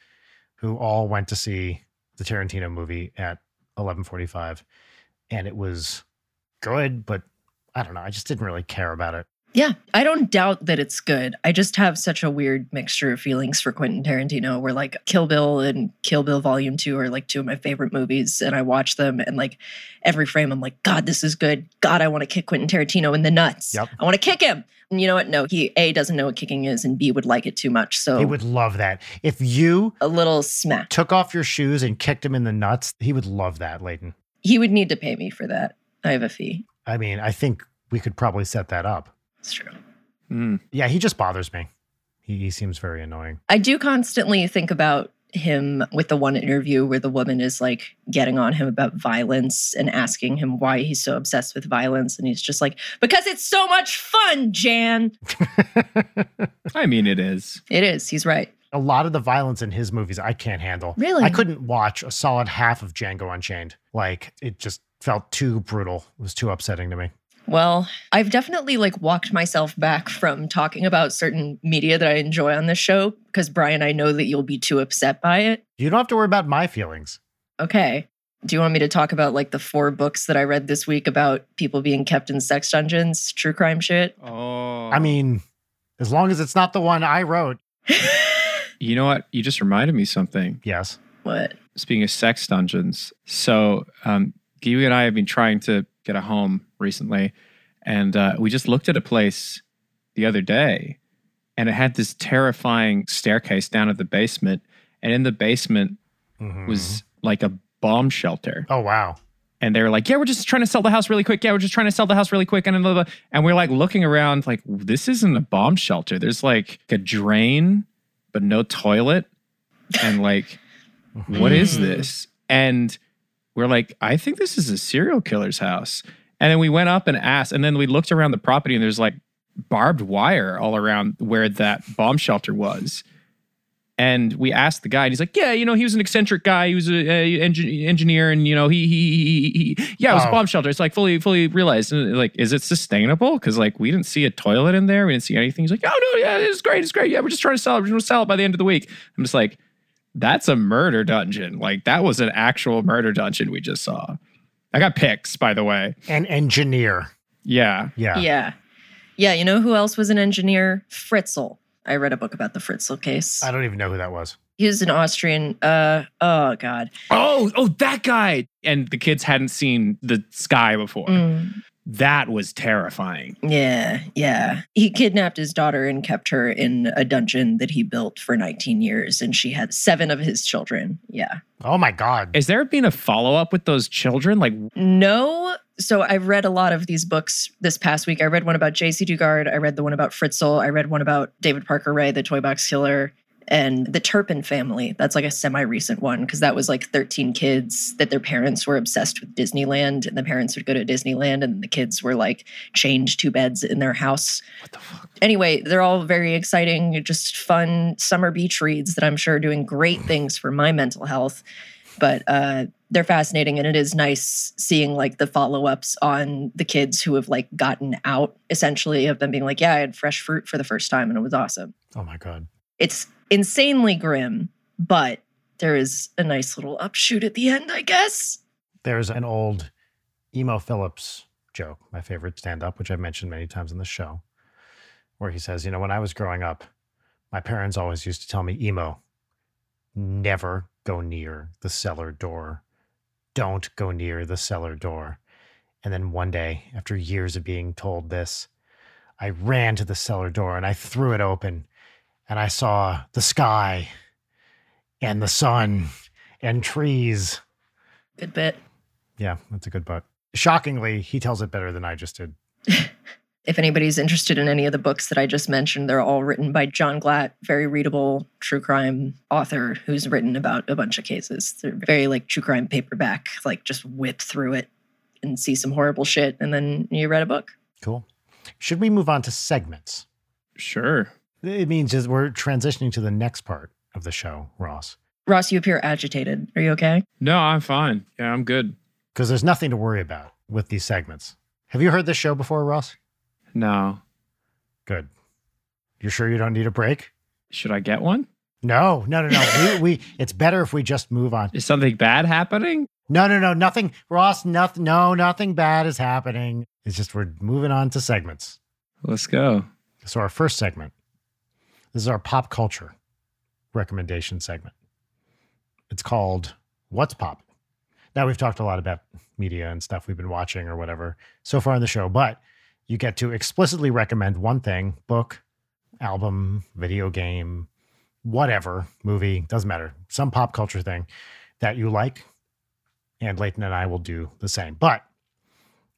who all went to see the tarantino movie at 11.45 and it was good but i don't know i just didn't really care about it Yeah, I don't doubt that it's good. I just have such a weird mixture of feelings for Quentin Tarantino, where like Kill Bill and Kill Bill Volume 2 are like two of my favorite movies. And I watch them, and like every frame, I'm like, God, this is good. God, I want to kick Quentin Tarantino in the nuts. Yep. I want to kick him. And you know what? No, he A, doesn't know what kicking is, and B, would like it too much. So he would love that if you a little smack. took off your shoes and kicked him in the nuts he would love that leighton He would need to pay me for that. I have a fee. i mean i think we could probably set that up It's true. Mm. Yeah, he just bothers me. He, he seems very annoying. I do constantly think about him with the one interview where the woman is like getting on him about violence and asking him why he's so obsessed with violence. And he's just like, because it's so much fun, Jan. I mean, it is. It is. He's right. a lot of the violence in his movies I can't handle. Really? I couldn't watch a solid half of Django Unchained. Like it just felt too brutal. It was too upsetting to me. Well, I've definitely like walked myself back from talking about certain media that I enjoy on this show because Brian, I know that you'll be too upset by it. You don't have to worry about my feelings. Okay. Do you want me to talk about like the four books that I read this week about people being kept in sex dungeons, true crime shit? Oh, I mean, as long as it's not the one I wrote. you know what? You just reminded me something. Yes. What? Speaking of sex dungeons, so um, Giyu and I have been trying to get a home recently, and uh, we just looked at a place the other day, and it had this terrifying staircase down at the basement, and in the basement Mhm. was like a bomb shelter. Oh wow. and they were like, "Yeah, we're just trying to sell the house really quick. Yeah, we're just trying to sell the house really quick." And then blah, blah. and we're like looking around, like this isn't a bomb shelter. There's like a drain, but no toilet, and like, Mhm. what is Mm. this? And we're like, I think this is a serial killer's house. And then we went up and asked, and then we looked around the property, and there's like barbed wire all around where that bomb shelter was. And we asked the guy, and he's like, "Yeah, you know, he was an eccentric guy. He was a, a engi- engineer, and you know, he he, he, he yeah, it was a Oh. bomb shelter. It's like fully fully realized. And like, is it sustainable? Because like we didn't see a toilet in there. We didn't see anything. He's like, "Oh no, yeah, it's great, it's great. Yeah, we're just trying to sell it. We're going to sell it by the end of the week." I'm just like, "That's a murder dungeon. Like that was an actual murder dungeon we just saw." I got pics, by the way. An engineer. Yeah, Yeah. Yeah. Yeah. You know who else was an engineer? Fritzl. I read a book about the Fritzl case. I don't even know who that was. He was an Austrian. Uh, oh, God. Oh, oh, that guy. And the kids hadn't seen the sky before. Mm, That was terrifying. yeah. Yeah. He kidnapped his daughter and kept her in a dungeon that he built for 19 years, and she had seven of his children. Yeah. Oh my god. Is there been a follow up with those children? Like, No. So I've read a lot of these books this past week. I read one about J.C. Dugard. I read the one about Fritzl. I read one about David Parker Ray, the toy box killer, and the Turpin family. That's like a semi recent one because that was like 13 kids that their parents were obsessed with Disneyland, and the parents would go to Disneyland, and the kids were like chained to beds in their house. what the fuck? Anyway, they're all very exciting, just fun summer beach reads that I'm sure are doing great things for my mental health. But uh, they're fascinating, and it is nice seeing like the follow ups on the kids who have like gotten out essentially of them being like, "Yeah, I had fresh fruit for the first time, and it was awesome." Oh my god. It's insanely grim, but There is a nice little upshoot at the end, I guess. There's an old Emo Phillips joke, my favorite stand up, which I've mentioned many times on the show, where he says, You know, when I was growing up, my parents always used to tell me, Emo, never go near the cellar door. Don't go near the cellar door. And then one day, after years of being told this, I ran to the cellar door and I threw it open and I saw the sky and the sun and trees. Good bit. Yeah, that's a good book. Shockingly, he tells it better than I just did. If anybody's interested in any of the books that I just mentioned, they're all written by John Glatt, very readable true crime author who's written about a bunch of cases. They're very like true crime paperback, like just whip through it and see some horrible shit and then you read a book. Cool. Should we move on to segments? Sure. It means is we're transitioning to the next part of the show, Ross, Ross, you appear agitated. Are you okay? No, I'm fine. Yeah, I'm good. because there's nothing to worry about with these segments. Have you heard this show before, Ross? No. Good. You're sure you don't need a break? Should I get one? No, no, no, no. we, we, it's better if we just move on. Is something bad happening? No, no, no, nothing, Ross. Nothing. No, nothing bad is happening. It's just we're moving on to segments. Let's go. So our first segment. This is our pop culture recommendation segment. It's called What's Pop. Now we've talked a lot about media and stuff we've been watching or whatever so far in the show, but you get to explicitly recommend one thing, book, album, video game, whatever, movie, doesn't matter, some pop culture thing that you like. And Leighton and I will do the same. But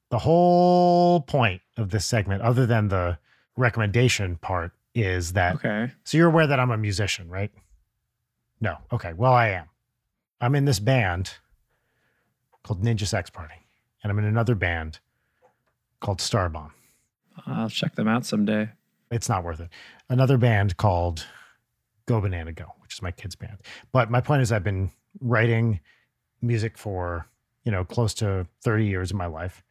the whole point of this segment, other than the recommendation part, is that Okay. so you're aware that I'm a musician, right? No. Okay. Well, I am. I'm in this band called Ninja Sex Party, and I'm in another band called Starbomb. I'll check them out someday. It's not worth it. Another band called Go Banana Go, which is my kids' band. But my point is, I've been writing music for, you know, close to 30 years of my life.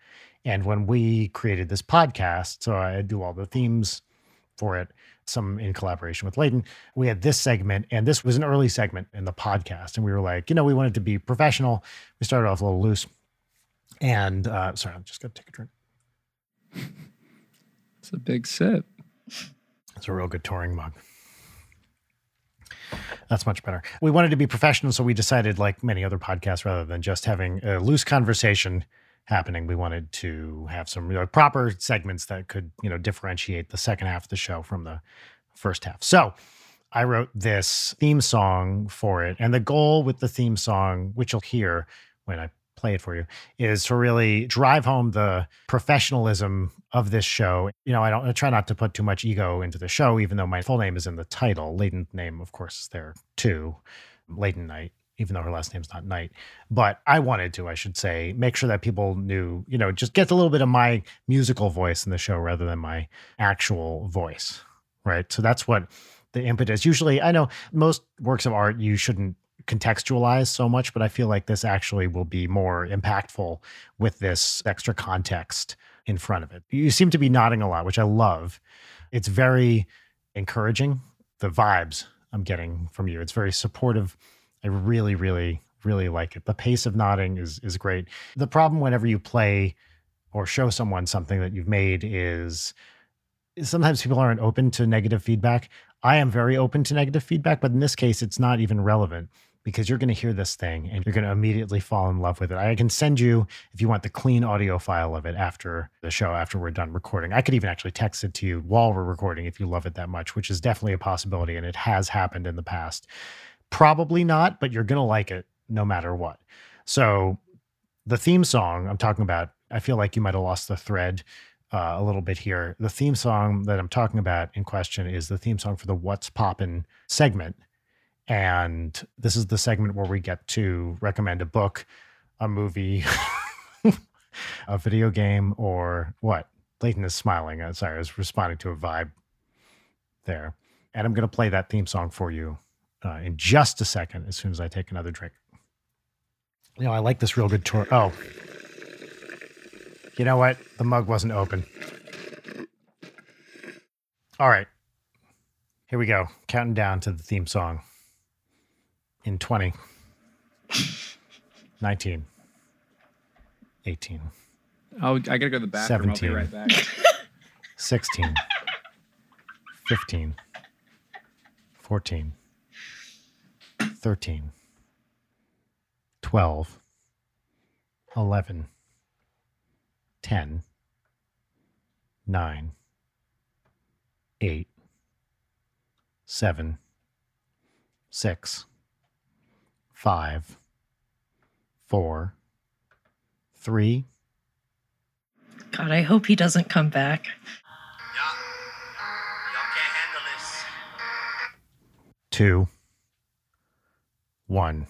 And when we created this podcast, so I do all the themes for it, some in collaboration with Layden, we had this segment, and this was an early segment in the podcast. And we were like, you know, we wanted to be professional. We started off a little loose. And uh, sorry, I'm just going to take a drink. It's a big sip. It's a real good touring mug. That's much better. We wanted to be professional, so we decided, like many other podcasts, rather than just having a loose conversation happening, we wanted to have some you know, proper segments that could, you know, differentiate the second half of the show from the first half. So I wrote this theme song for it. And the goal with the theme song, which you'll hear when I play it for you, is to really drive home the professionalism of this show. You know, I don't I try not to put too much ego into the show, even though my full name is in the title. Leighton's name, of course, is there too. Leighton Knight, even though her last name's not Knight. But I wanted to, I should say, make sure that people knew, you know, just get a little bit of my musical voice in the show rather than my actual voice. Right. So that's what the impetus. Usually, I know most works of art you shouldn't contextualize so much, but I feel like this actually will be more impactful with this extra context in front of it. You seem to be nodding a lot, which I love. It's very encouraging, the vibes I'm getting from you. It's very supportive. I really, really, really like it. The pace of nodding is is great. The problem whenever you play or show someone something that you've made is sometimes people aren't open to negative feedback. I am very open to negative feedback, but in this case, it's not even relevant because you're going to hear this thing and you're going to immediately fall in love with it. I can send you, if you want, the clean audio file of it after the show, after we're done recording. I could even actually text it to you while we're recording if you love it that much, which is definitely a possibility. And it has happened in the past. Probably not, but you're going to like it no matter what. So the theme song I'm talking about, I feel like you might have lost the thread uh, a little bit here. The theme song that I'm talking about in question is the theme song for the What's Poppin segment. And this is the segment where we get to recommend a book, a movie, a video game, or what? Leighton is smiling. I'm sorry, I was responding to a vibe there. And I'm going to play that theme song for you uh, in just a second as soon as I take another drink. You know, I like this real good tour. Oh, you know what? The mug wasn't open. All right. Here we go. Counting down to the theme song in 20, 19, 18, Oh, I gotta go to the bathroom. Seventeen. I'll be right back. 16, 15, 14, 13, 12, 11, 10, 9, 8, 7, 6, 5, 4, 3, God, I hope he doesn't come back. Y'all, y'all can't handle this. two, one,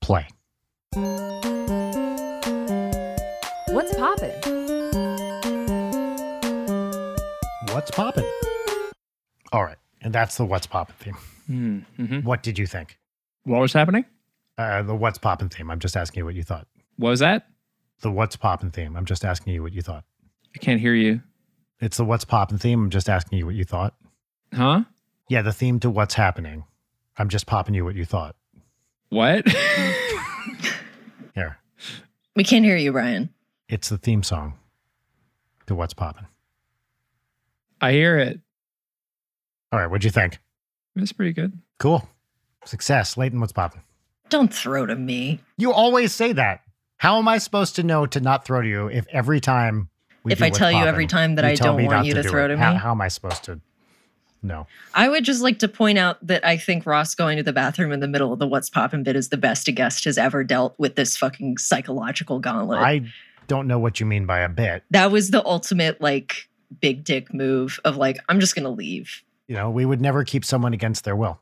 play. What's poppin'? What's poppin'? All right. And that's the what's poppin' theme. Hmm, mhm. What did you think? What was happening? Uh, the what's poppin' theme. I'm just asking you what you thought. What was that? The what's poppin' theme. I'm just asking you what you thought. I can't hear you. It's the what's poppin' theme. I'm just asking you what you thought. Huh? Yeah, the theme to what's happening. I'm just popping you what you thought. What? Here. We can't hear you, Brian. It's the theme song to what's poppin'. I hear it. All right. What'd you think? It's pretty good. Cool. Success. Leighton, what's poppin'? Don't throw to me. You always say that. How am I supposed to know to not throw to you if every time we if do I what's tell you every poppin', time that you I tell don't me want not you to do throw it? to me, How, how am I supposed to know? I would just like to point out that I think Ross going to the bathroom in the middle of the What's Poppin' bit is the best a guest has ever dealt with this fucking psychological gauntlet. I don't know what you mean by a bit. that was the ultimate, like, big dick move of, like, I'm just going to leave. You know, we would never keep someone against their will.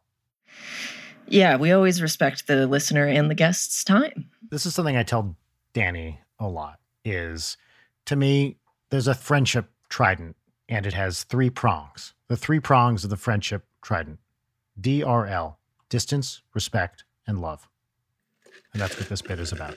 Yeah, we always respect the listener and the guest's time. This is something I tell Danny a lot is to me, there's a friendship trident and it has three prongs. The three prongs of the friendship trident. DRL, distance, respect, and love. And that's what this bit is about.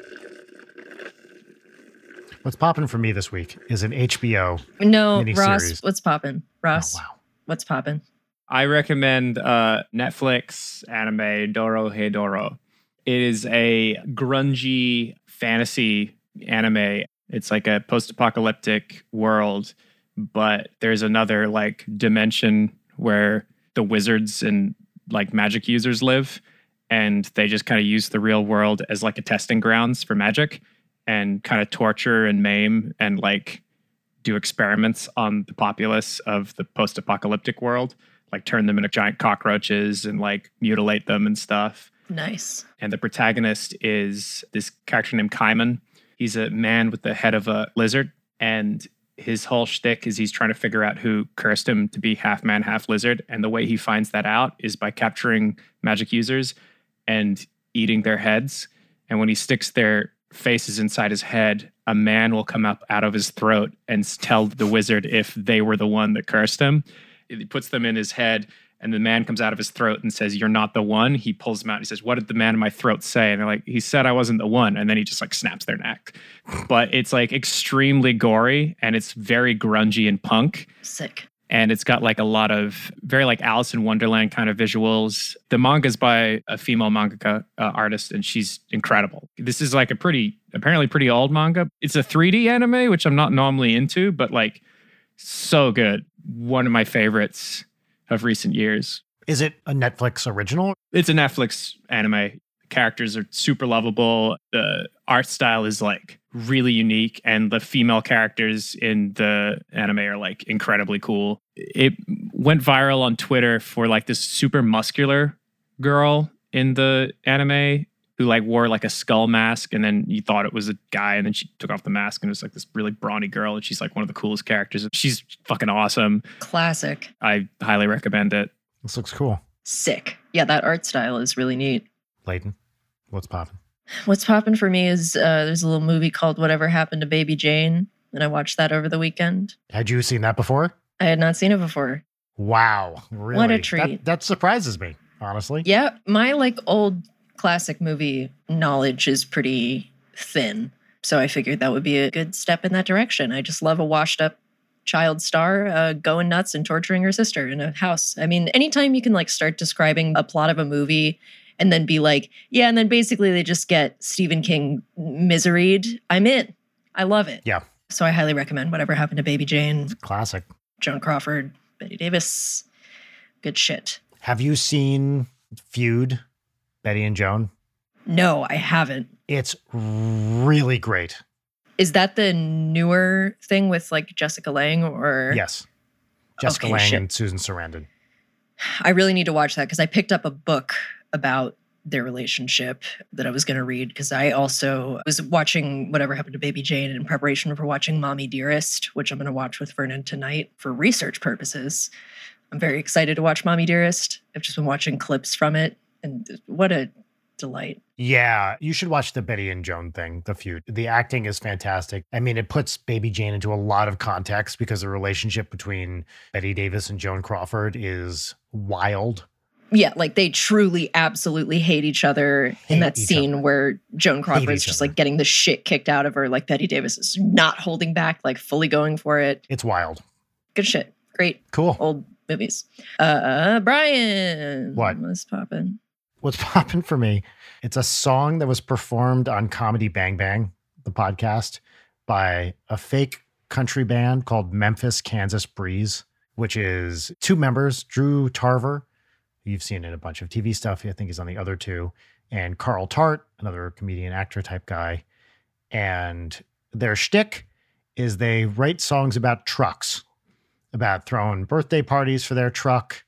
What's popping for me this week is an HBO. No, Ross, Miniseries. what's poppin'? Oh, Ross, wow. what's poppin'? I recommend uh, Netflix anime Doro He Doro. It is a grungy fantasy anime. It's like a post-apocalyptic world, but there's another like dimension where the wizards and like magic users live, and they just kind of use the real world as like a testing grounds for magic, and kind of torture and maim and like do experiments on the populace of the post-apocalyptic world like turn them into giant cockroaches and like mutilate them and stuff. Nice. And the protagonist is this character named Kaiman. He's a man with the head of a lizard, and his whole shtick is he's trying to figure out who cursed him to be half man, half lizard. And the way he finds that out is by capturing magic users and eating their heads. And when he sticks their faces inside his head, a man will come up out of his throat and s- tell the wizard if they were the one that cursed him. He puts them in his head, and the man comes out of his throat and says, You're not the one. He pulls them out. And he says, What did the man in my throat say? And they're like, He said I wasn't the one. And then he just like snaps their neck. But it's like extremely gory and it's very grungy and punk Sick. and it's got like a lot of very like Alice in Wonderland kind of visuals. The manga's by a female mangaka uh, artist, and she's incredible. This is like a pretty, apparently pretty old manga. It's a 3D anime, which I'm not normally into, but like so good. One of my favorites of recent years. Is it a Netflix original? It's a Netflix anime. Characters are super lovable. The art style is like really unique, and the female characters in the anime are like incredibly cool. It went viral on Twitter for like this super muscular girl in the anime who like wore like a skull mask, and then you thought it was a guy, and then she took off the mask and it was like this really brawny girl, and she's like one of the coolest characters. She's fucking awesome. Classic. I highly recommend it. This looks cool. Sick. Yeah, that art style is really neat. Leighton, what's popping? What's popping for me is uh, there's a little movie called Whatever Happened to Baby Jane, and I watched that over the weekend. Had you seen that before? I had not seen it before. Wow. Really? That- treat. That, surprises me, honestly. Yeah, my like old classic movie knowledge is pretty thin, so I figured that would be a good step in that direction. I just love a washed up child star uh, going nuts and torturing her sister in a house. I mean, anytime you can like start describing a plot of a movie and then be like, yeah, and then basically they just get Stephen King miseried. I'm in. I love it. Yeah. So I highly recommend whatever happened to Baby Jane, Classic. Joan Crawford, Betty Davis. Good shit. Have you seen Feud, Betty and Joan? No, I haven't. It's really great. Is that the newer thing with like Jessica Lang or Yes. Jessica Okay, Lange Lang shit. and Susan Sarandon. I really need to watch that because I picked up a book about their relationship that I was going to read because I also was watching whatever happened to Baby Jane in preparation for watching Mommy Dearest, which I'm going to watch with Vernon tonight for research purposes. I'm very excited to watch Mommy Dearest. I've just been watching clips from it, and what a delight! Yeah, you should watch the Betty and Joan thing, the feud. The acting is fantastic. I mean, it puts Baby Jane into a lot of context because the relationship between Betty Davis and Joan Crawford is wild. Yeah, like they truly, absolutely hate each other in Hate that each scene other. where Joan Crawford's each just other. like getting the shit kicked out of her. Like Betty Davis is not holding back, like fully going for it. It's wild. good shit. Great Cool. old movies. Uh, Brian. What? was popping? What's popping for me? It's a song that was performed on Comedy Bang Bang, the podcast, by a fake country band called Memphis Kansas Breeze, which is two members, Drew Tarver, who you've seen in a bunch of TV stuff. I think he's on the other two, and Carl Tart, another comedian actor type guy. And their shtick is they write songs about trucks, about throwing birthday parties for their truck.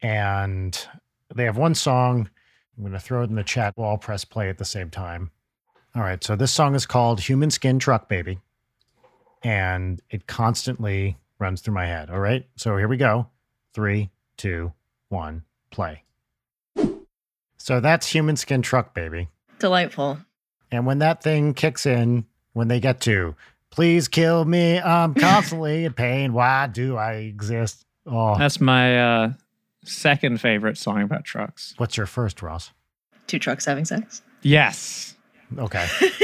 And they have one song. I'm going to throw it in the chat. We'll all press play at the same time. All right. So this song is called Human Skin Truck Baby. And it constantly runs through my head. All right. So here we go. Three, two, one, play. So that's Human Skin Truck Baby. Delightful. And when that thing kicks in, when they get to, please kill me. I'm constantly in pain. Why do I exist? Oh, That's my uh, second favorite song about trucks. what's your first, Ross? Two trucks having sex. Yes. Okay.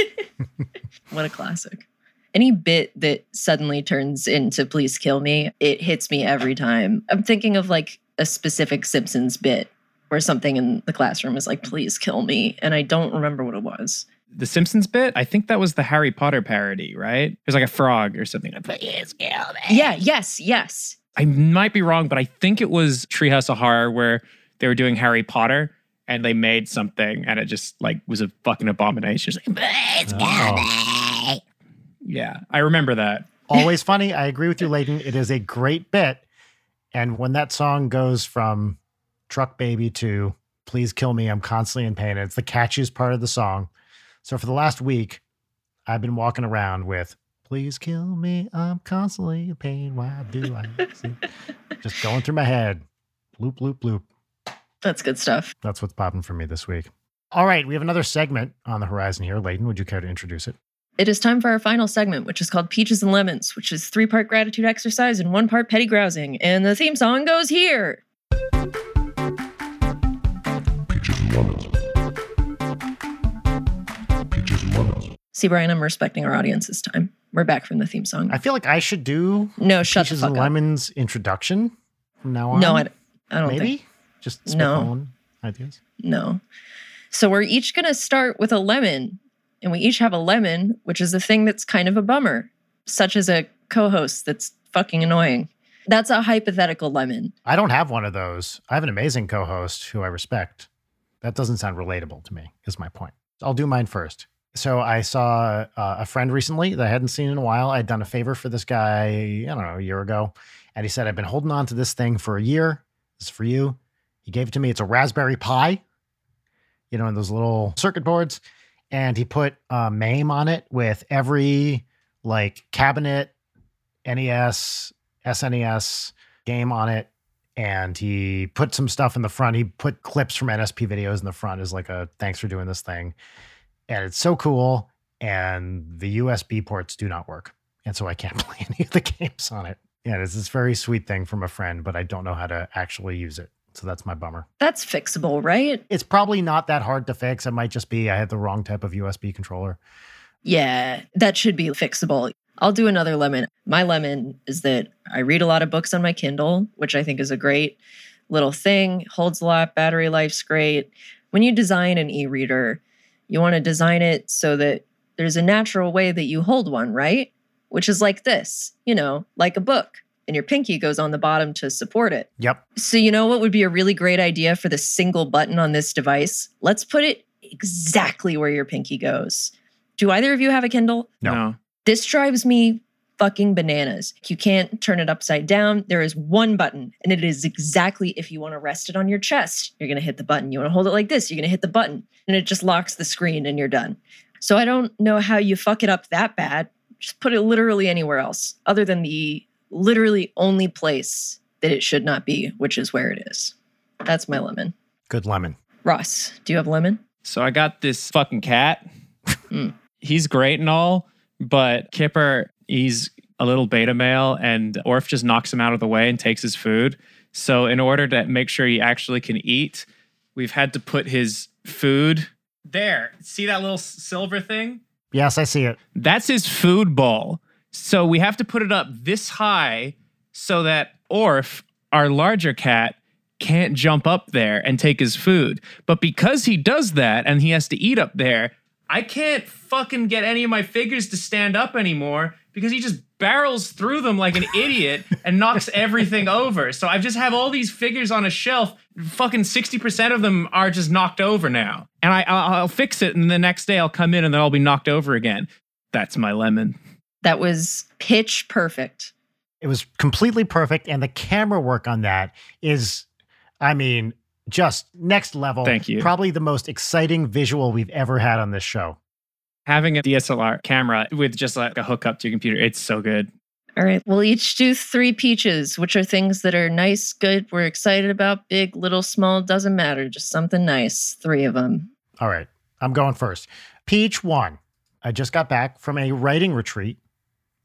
What a classic. Any bit that suddenly turns into please kill me, it hits me every time. I'm thinking of like a specific Simpsons bit where something in the classroom was like, please kill me. And I don't remember what it was. The Simpsons bit, I think that was the Harry Potter parody, right? There's like a frog or something. Please kill me. Yeah, yes, yes. I might be wrong, but I think it was Treehouse of Horror where they were doing Harry Potter and they made something and it just like was a fucking abomination. It's like, "Please kill Oh. me." Yeah, I remember that. always funny. I agree with you, Layton. It is a great bit. And when that song goes from Truck Baby to Please Kill Me, I'm constantly in pain. It's the catchiest part of the song. So for the last week, I've been walking around with Please Kill Me, I'm constantly in pain. Why do I? see-" Just going through my head. Loop, loop, loop. That's good stuff. That's what's popping for me this week. All right, we have another segment on the horizon here. Layton, would you care to introduce it? It is time for our final segment, which is called Peaches and Lemons, which is three part gratitude exercise and one part petty grousing. And the theme song goes here. See, Brian, I'm respecting our audience this time. We're back from the theme song. I feel like I should do no, Oh, shut the Peaches fuck and up. Lemons introduction from now on? No, I, I don't Maybe? think. Just No. spitballing ideas? No. So we're each going to start with a lemon, and we each have a lemon, which is a thing that's kind of a bummer, such as a co host that's fucking annoying. That's a hypothetical lemon. I don't have one of those. I have an amazing co host who I respect. That doesn't sound relatable to me, is my point. I'll do mine first. So I saw uh, a friend recently that I hadn't seen in a while. I'd done a favor for this guy, I don't know, a year ago. And he said, I've been holding on to this thing for a year. This is for you. He gave it to me. It's a Raspberry Pi, you know, in those little circuit boards. And he put uh, MAME on it with every like cabinet, E NES, SNES E game on it and he put some stuff in the front. He put clips from NSP videos in the front as like a thanks for doing this thing. And it's so cool. And the USB ports do not work. And so I can't play any of the games on it. And it's this very sweet thing from a friend, but I don't know how to actually use it. So that's my bummer. That's fixable, right? It's probably not that hard to fix. It might just be I had the wrong type of USB controller. Yeah, that should be fixable. I'll do another lemon. My lemon is that I read a lot of books on my Kindle, which I think is a great little thing, holds a lot, battery life's great. when you design an e-reader, you want to design it so that there's a natural way that you hold one, right? Which is like this, you know, like a book, and your pinky goes on the bottom to support it. Yep. So, you know what would be a really great idea for the single button on this device? Let's put it exactly where your pinky goes. Do either of you have a Kindle? No. This drives me fucking bananas. You can't turn it upside down. There is one button, and it is exactly if you want to rest it on your chest, you're going to hit the button. You want to hold it like this, you're going to hit the button, and it just locks the screen and you're done. So I don't know how you fuck it up that bad. Just put it literally anywhere else other than the literally only place that it should not be, which is where it is. That's my lemon. Good lemon. Ross, do you have lemon? So I got this fucking cat. Mm. he's great and all, but Kipper, he's a little beta male, and Orf just knocks him out of the way and takes his food. So in order to make sure he actually can eat, we've had to put his food there. See that little s- silver thing? Yes, I see it. That's his food bowl. So we have to put it up this high so that Orf, our larger cat, can't jump up there and take his food. But because he does that and he has to eat up there, I can't fucking get any of my figures to stand up anymore because he just barrels through them like an idiot and knocks everything over. So I just have all these figures on a shelf. Fucking 60% of them are just knocked over now. And I, I'll, I'll fix it and the next day I'll come in and they'll be knocked over again. That's my lemon. That was pitch perfect. It was completely perfect. And the camera work on that is, I mean, just next level. Thank you. Probably the most exciting visual we've ever had on this show. Having a DSLR camera with just like a hookup to your computer, it's so good. All right, we'll each do three peaches, which are things that are nice, good, we're excited about, big, little, small, doesn't matter, just something nice. Three of them. All right. I'm going first. Peach one. I just got back from a writing retreat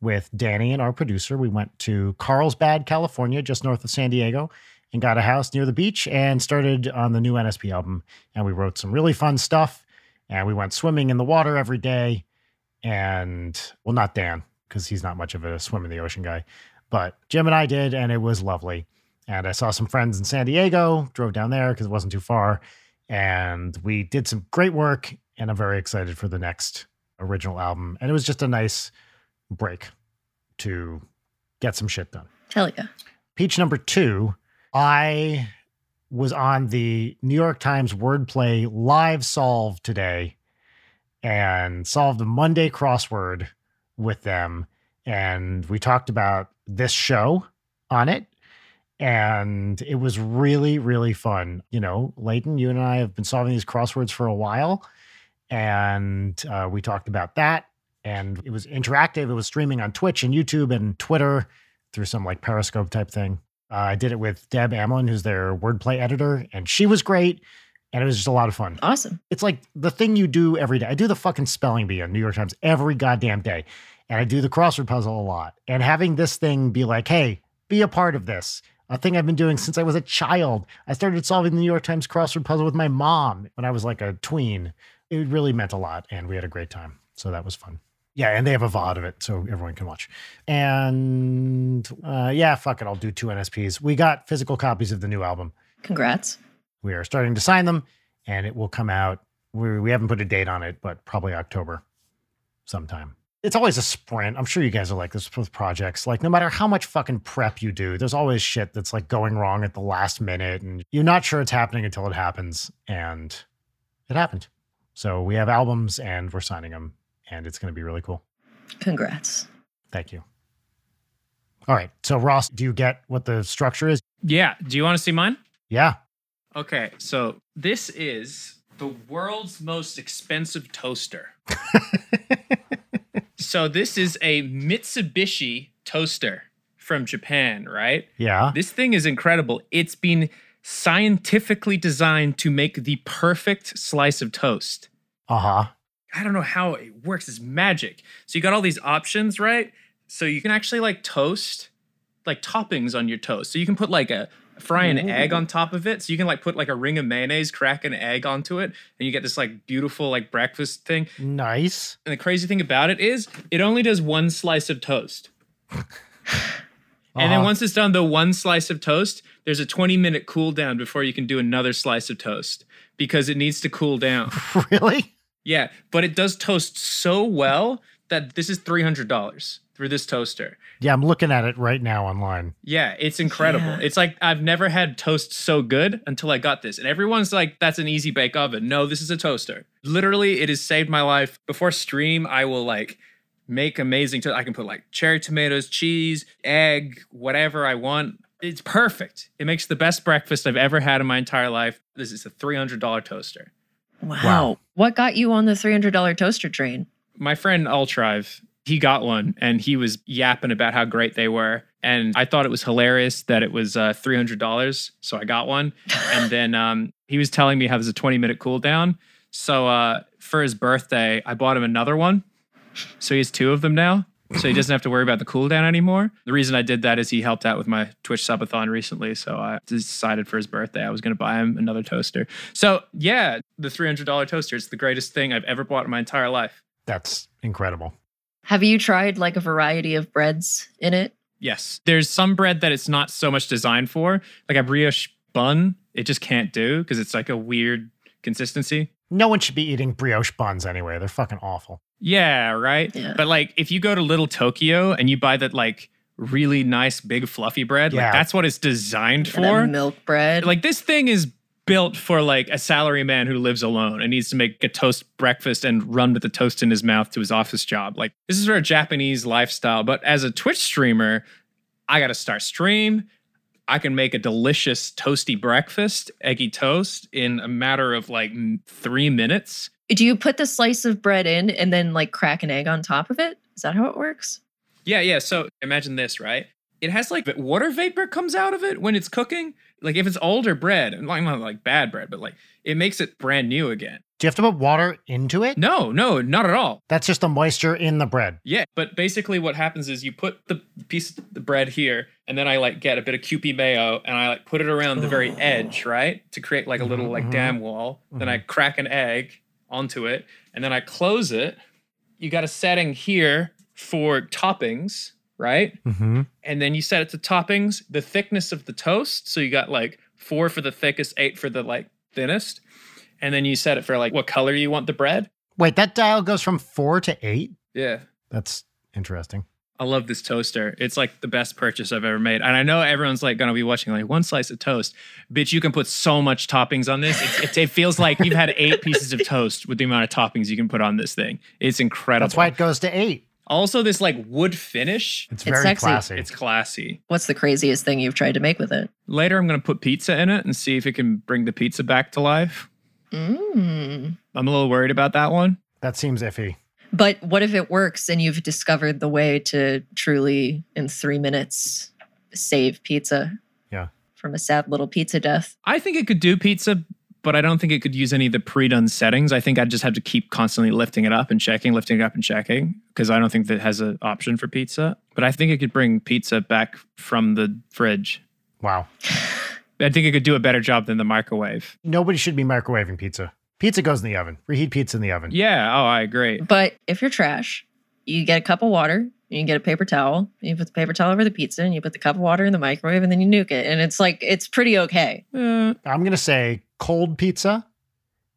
with Danny and our producer. We went to Carlsbad, California, just north of San Diego, and got a house near the beach and started on the new NSP album. And we wrote some really fun stuff. And we went swimming in the water every day. And well, not Dan, because he's not much of a swim in the ocean guy, but Jim and I did, and it was lovely. And I saw some friends in San Diego, drove down there because it wasn't too far and we did some great work and i'm very excited for the next original album and it was just a nice break to get some shit done Hell yeah. peach number two i was on the new york times wordplay live solve today and solved a monday crossword with them and we talked about this show on it and it was really really fun you know leighton you and i have been solving these crosswords for a while and uh, we talked about that and it was interactive it was streaming on twitch and youtube and twitter through some like periscope type thing uh, i did it with deb amlin who's their wordplay editor and she was great and it was just a lot of fun Awesome. it's like the thing you do every day. I do the fucking spelling bee on New York Times every goddamn day. And I do the crossword puzzle a lot. And having this thing be like, hey, be a part of this. A thing I've been doing since I was a child. I started solving the New York Times crossword puzzle with my mom when I was like a tween. It really meant a lot. And we had a great time. So that was fun. Yeah. And they have a VOD of it. So everyone can watch. And uh, yeah, fuck it. I'll do two NSPs. We got physical copies of the new album. Congrats. We are starting to sign them, and it will come out. We, we haven't put a date on it, but probably October sometime. It's always a sprint. I'm sure you guys are like this with projects. Like, no matter how much fucking prep you do, there's always shit that's like going wrong at the last minute, and you're not sure it's happening until it happens. And it happened. So we have albums and we're signing them, and it's going to be really cool. Congrats. Thank you. All right. So, Ross, do you get what the structure is? Yeah. Do you want to see mine? Yeah. Okay, so this is the world's most expensive toaster. so this is a Mitsubishi toaster from Japan, right? Yeah. This thing is incredible. It's been scientifically designed to make the perfect slice of toast. Uh huh. I don't know how it works. It's magic. So you got all these options, right? So you can actually like toast, like toppings on your toast. So you can put like a fry an egg on top of it. So you can like put like a ring of mayonnaise, crack an egg onto it, and you get this like beautiful like breakfast thing. Nice. And the crazy thing about it is it only does one slice of toast. And then Uh-huh. once it's done the one slice of toast, there's a 20 minute cool down before you can do another slice of toast because it needs to cool down. really? yeah, but it does toast so well that this is $300 for this toaster. Yeah, I'm looking at it right now online. Yeah, it's incredible. Yeah. It's like I've never had toast so good until I got this. And everyone's like, that's an easy bake oven. No, this is a toaster. Literally, it has saved my life. Before stream, I will like make amazing toast. I can put like cherry tomatoes, cheese, egg, whatever I want. It's perfect. It makes the best breakfast I've ever had in my entire life. This is a $300 toaster. Wow. Wow. What got you on the $300 toaster train? my friend Ultrive, he got one and he was yapping about how great they were. And I thought it was hilarious that it was uh, $300. So I got one. and then um, he was telling me how there's a 20 minute cool down. So uh, for his birthday, I bought him another one. So he has two of them now. So he doesn't have to worry about the cool down anymore. The reason I did that is he helped out with my Twitch subathon recently. So I decided for his birthday I was going to buy him another toaster. So yeah, the $300 toaster is the greatest thing I've ever bought in my entire life. That's incredible. Have you tried like a variety of breads in it? Yes. There's some bread that it's not so much designed for, like a brioche bun, it just can't do because it's like a weird consistency. No one should be eating brioche buns anyway. They're fucking awful. Yeah, right. Yeah. But like if you go to Little Tokyo and you buy that like really nice big fluffy bread, Yeah. like that's what it's designed And a for. milk bread. Like this thing is built for like a salary man who lives alone and needs to make a toast breakfast and run with the toast in his mouth to his office job. Like this is for a Japanese lifestyle. But as a Twitch streamer, I gotta start stream. I can make a delicious toasty breakfast, eggy toast, in a matter of like m- three minutes. do you put the slice of bread in and then like crack an egg on top of it? Is that how it works? Yeah, yeah. So imagine this, right? It has like the water vapor comes out of it when it's cooking. Like if it's older bread, and like not like bad bread, but like it makes it brand new again. Do you have to put water into it? No, no, not at all. That's just the moisture in the bread. Yeah, but basically what happens is you put the piece of the bread here, and then I like get a bit of QP mayo, and I like put it around the very edge, right, to create like a little like Mhm. dam wall. Then I crack an egg onto it, and then I close it. You got a setting here for toppings, right? Mm-hmm. And then you set it to toppings, the thickness of the toast. So you got like four for the thickest, eight for the like thinnest, and then you set it for like what color you want the bread. Wait, that dial goes from four to eight? Yeah. That's interesting. I love this toaster. It's like the best purchase I've ever made. And I know everyone's like gonna be watching like one slice of toast. Bitch, you can put so much toppings on this. It's, it, it feels like you've had eight pieces of toast with the amount of toppings you can put on this thing. It's incredible. That's why it goes to eight. also this like wood finish. It's, It's very sexy. classy. It's classy. What's the craziest thing you've tried to make with it? Later, I'm gonna put pizza in it and see if it can bring the pizza back to life. Mm. I'm a little worried about that one. that seems iffy. But what if it works and you've discovered the way to truly, in three minutes, save pizza? Yeah. From a sad little pizza death. I think it could do pizza, but I don't think it could use any of the pre-done settings. I think I'd just have to keep constantly lifting it up and checking, lifting it up and checking, because I don't think that has an option for pizza. But I think it could bring pizza back from the fridge. Wow. I think it could do a better job than the microwave. Nobody should be microwaving pizza. Pizza goes in the oven. Reheat pizza in the oven. Yeah. Oh, I agree. But if you're trash, you get a cup of water, and you get a paper towel, and you put the paper towel over the pizza, and you put the cup of water in the microwave, and then you nuke it. And it's like, it's pretty okay. Uh, I'm going to say cold pizza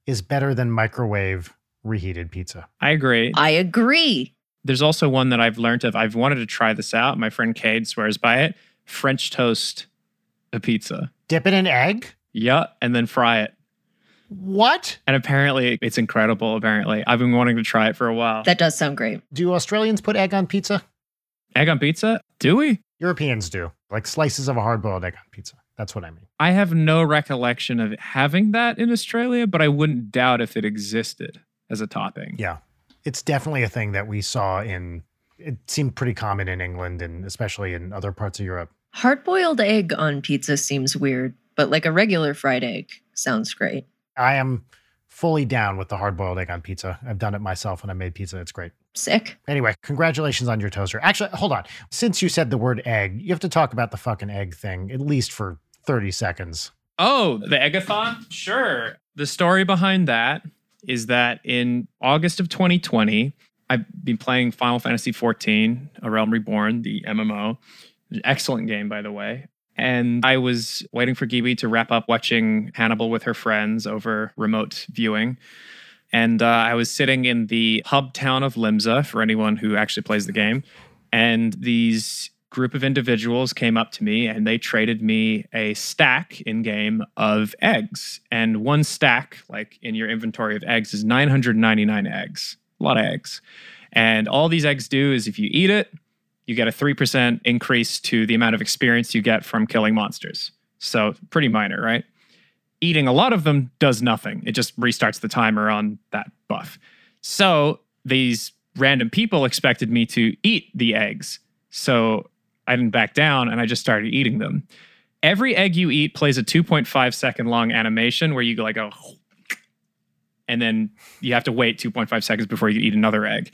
is better than microwave reheated pizza. I agree. I agree. There's also one that I've learned of. I've wanted to try this out. My friend Cade swears by it. French toast a pizza. Dip it in egg? Yeah, and then fry it. What? And apparently, it's incredible. Apparently, I've been wanting to try it for a while. That does sound great. Do Australians put egg on pizza? Egg on pizza? Do we? Europeans do. Like slices of a hard boiled egg on pizza. That's what I mean. I have no recollection of having that in Australia, but I wouldn't doubt if it existed as a topping. Yeah. It's definitely a thing that we saw in, it seemed pretty common in England and especially in other parts of Europe. Hard boiled egg on pizza seems weird, but like a regular fried egg sounds great. I am fully down with the hard boiled egg on pizza. I've done it myself when I made pizza. It's great. Sick. Anyway, congratulations on your toaster. Actually, hold on. Since you said the word egg, you have to talk about the fucking egg thing at least for 30 seconds. Oh, the Eggathon? Sure. The story behind that is that in August of 2020, I've been playing Final Fantasy XIV, A Realm Reborn, the MMO. Excellent game, by the way. And I was waiting for Gibi to wrap up watching Hannibal with her friends over remote viewing. And uh, I was sitting in the hub town of Limsa for anyone who actually plays the game. And these group of individuals came up to me and they traded me a stack in game of eggs. And one stack, like in your inventory of eggs, is 999 eggs. A lot of eggs. And all these eggs do is if you eat it, you get a 3% increase to the amount of experience you get from killing monsters. So pretty minor, right? Eating a lot of them does nothing. It just restarts the timer on that buff. So these random people expected me to eat the eggs. So I didn't back down and I just started eating them. Every egg you eat plays a 2.5 second long animation where you go like go and then you have to wait 2.5 seconds before you eat another egg.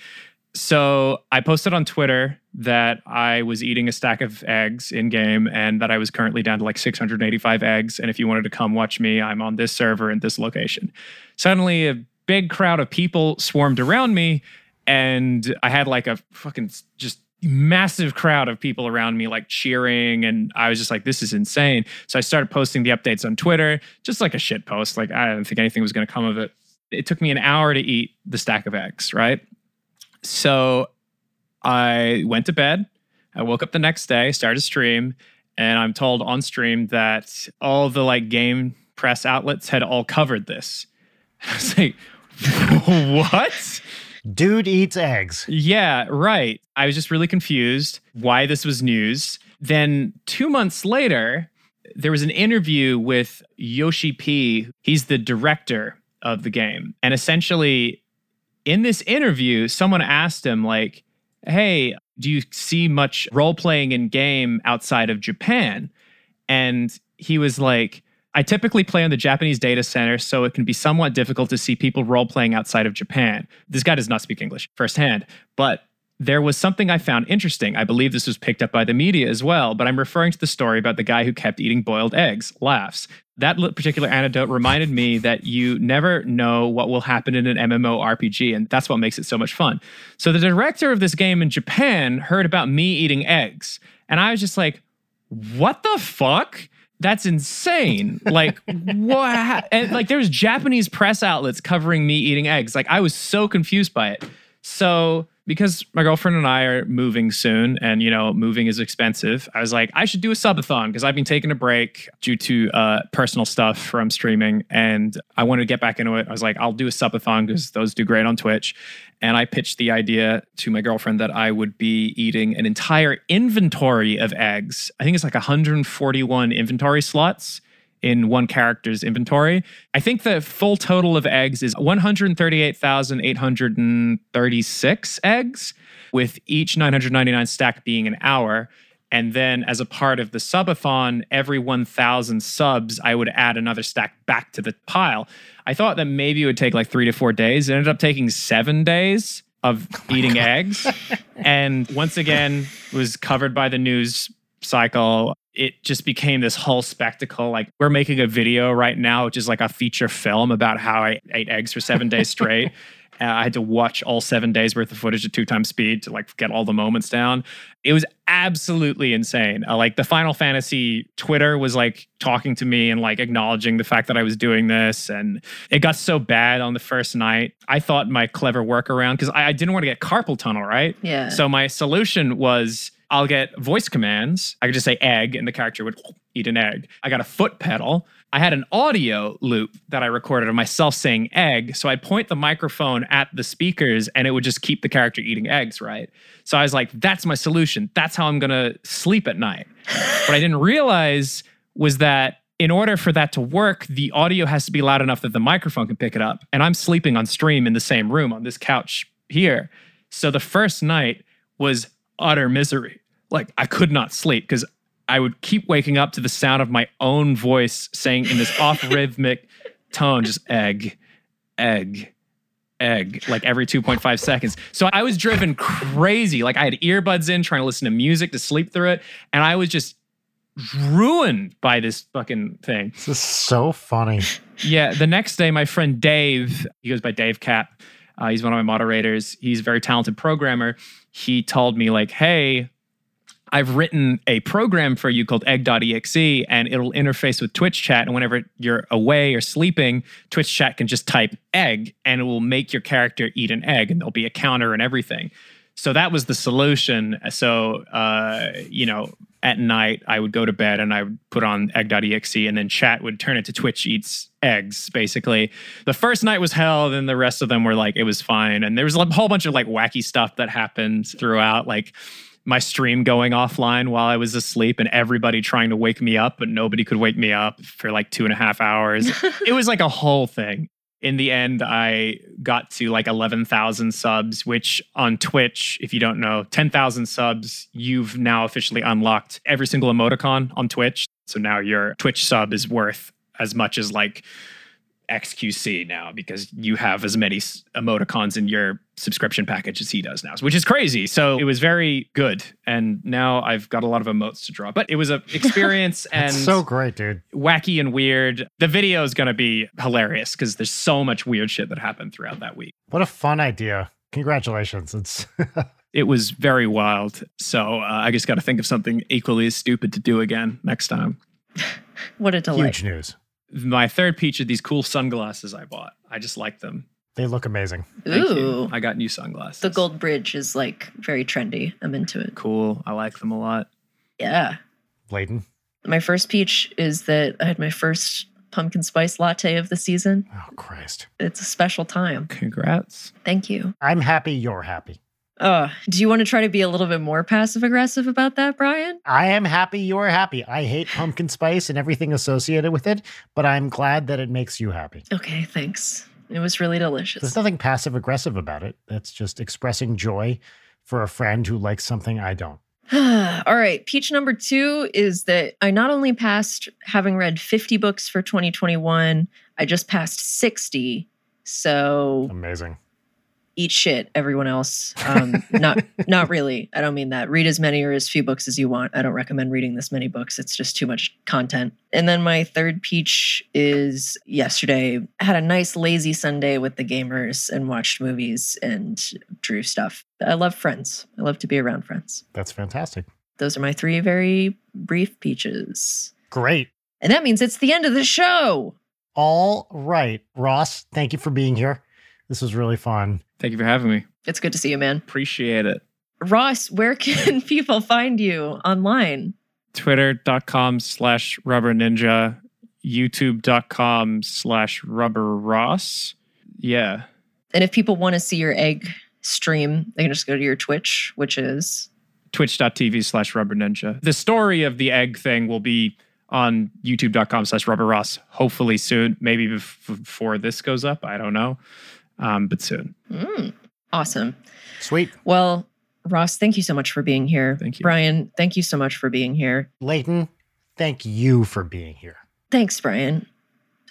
So I posted on Twitter that I was eating a stack of eggs in game and that I was currently down to like 685 eggs. And if you wanted to come watch me, I'm on this server in this location. Suddenly, a big crowd of people swarmed around me, and I had like a fucking just massive crowd of people around me like cheering and i was just like this is insane so i started posting the updates on twitter just like a shit post like i didn't think anything was going to come of it it took me an hour to eat the stack of eggs right so I went to bed. I woke up the next day, started a stream, and I'm told on stream that all the like game press outlets had all covered this. I was like, what? Dude eats eggs. Yeah, right. I was just really confused why this was news. Then two months later, there was an interview with Yoshi P. He's the director of the game. And essentially, in this interview, someone asked him, like, hey, do you see much role playing in game outside of Japan? And he was like, I typically play on the Japanese data center, so it can be somewhat difficult to see people role playing outside of Japan. This guy does not speak English firsthand, but there was something I found interesting. I believe this was picked up by the media as well, but I'm referring to the story about the guy who kept eating boiled eggs. Laughs. That li- particular anecdote reminded me that you never know what will happen in an MMORPG, and that's what makes it so much fun. So, the director of this game in Japan heard about me eating eggs, and I was just like, what the fuck? That's insane. Like, what? And like, there's Japanese press outlets covering me eating eggs. Like, I was so confused by it. So, because my girlfriend and I are moving soon, and you know, moving is expensive, I was like, I should do a subathon because I've been taking a break due to uh, personal stuff from streaming, and I wanted to get back into it. I was like, I'll do a subathon because those do great on Twitch, and I pitched the idea to my girlfriend that I would be eating an entire inventory of eggs. I think it's like 141 inventory slots in one character's inventory. I think the full total of eggs is 138,836 eggs, with each 999 stack being an hour. And then, as a part of the subathon, every 1,000 subs, I would add another stack back to the pile. I thought that maybe it would take like three to four days. It ended up taking seven days of eating eggs. And once again, was covered by the news cycle it just became this whole spectacle. Like we're making a video right now, which is like a feature film about how I ate eggs for seven days straight. Uh, I had to watch all seven days worth of footage at two times speed to like get all the moments down. It was absolutely insane. Uh, like the Final Fantasy Twitter was like talking to me and like acknowledging the fact that I was doing this. And it got so bad on the first night. I thought my clever workaround, because I, I didn't want to get carpal tunnel, right? Yeah. So my solution was I'll get voice commands. I could just say egg, and the character would eat an egg. I got a foot pedal. I had an audio loop that I recorded of myself saying egg. So I'd point the microphone at the speakers and it would just keep the character eating eggs, right? So I was like, that's my solution. That's how I'm going to sleep at night. what I didn't realize was that in order for that to work, the audio has to be loud enough that the microphone can pick it up. And I'm sleeping on stream in the same room on this couch here. So the first night was utter misery. Like I could not sleep because I would keep waking up to the sound of my own voice saying in this off rhythmic tone, just egg, egg, egg, like every 2.5 seconds. So I was driven crazy. Like I had earbuds in trying to listen to music to sleep through it. And I was just ruined by this fucking thing. This is so funny. Yeah. The next day, my friend Dave, he goes by Dave Cap. Uh, he's one of my moderators. He's a very talented programmer. He told me like, "Hey, I've written a program for you called egg.exe and it'll interface with Twitch chat. And whenever you're away or sleeping, Twitch chat can just type egg and it will make your character eat an egg and there'll be a counter and everything. So that was the solution. So, uh, you know, at night I would go to bed and I would put on egg.exe E and then chat would turn it to Twitch eats eggs basically. The first night was hell, then the rest of them were like it was fine and there was a whole bunch of like wacky stuff that happened throughout like my stream going offline while I was asleep and everybody trying to wake me up, but nobody could wake me up for like two and a half hours. it was like a whole thing. In the end, I got to like 11,000 subs, which on Twitch, if you don't know, 10,000 subs, you've now officially unlocked every single emoticon on Twitch. So now your Twitch sub is worth as much as like XQC now because you have as many s- emoticons in your subscription package as he does now, which is crazy. So it was very good, and now I've got a lot of emotes to draw. But it was an experience and It's so great, dude. wacky and weird. The video is going to be hilarious because there's so much weird shit that happened throughout that week. What a fun idea. Congratulations. It's It was very wild. So uh, I just got to think of something equally as stupid to do again next time. What a delight. huge news. My third feature: these cool sunglasses I bought. I just like them. They look amazing. Thank you. Ooh. I got new sunglasses. The gold bridge is like very trendy. I'm into it. cool. I like them a lot. Yeah. Layton. My first peach is that I had my first pumpkin spice latte of the season. Oh, Christ. It's a special time. Congrats. Thank you. I'm happy you're happy. Uh, do you want to try to be a little bit more passive aggressive about that, Brian? I am happy you're happy. I hate pumpkin spice and everything associated with it, but I'm glad that it makes you happy. Okay, thanks. It was really There's delicious. nothing passive aggressive about it. That's just expressing joy for a friend who likes something I don't. All right, peach number two is that I not only passed having read 50 books for 2021, I just passed 60. So Amazing. eat shit everyone else um not not really i don't mean that read as many or as few books as you want i don't recommend reading this many books it's just too much content and then my third peach is yesterday I had a nice lazy sunday with the gamers and watched movies and drew stuff i love friends i love to be around friends That's fantastic. those are my three very brief peaches Great. and that means it's the end of the show All right, Ross, thank you for being here. This was really fun. Thank you for having me. it's good to see you man Appreciate it. ross where can people find you online Twitter.com slash rubber ninja, youtube.com slash rubber Ross. Yeah. And if people want to see your egg stream, they can just go to your Twitch, which is Twitch.tv slash rubber ninja. The story of the egg thing will be on youtube.com slash rubber Ross, hopefully soon, maybe bef- before this goes up. I don't know. Um, but soon. Mm, awesome. Sweet. Well, Ross, thank you so much for being here. Thank you. Brian, thank you so much for being here. Layton, thank you for being here. Thanks, Brian.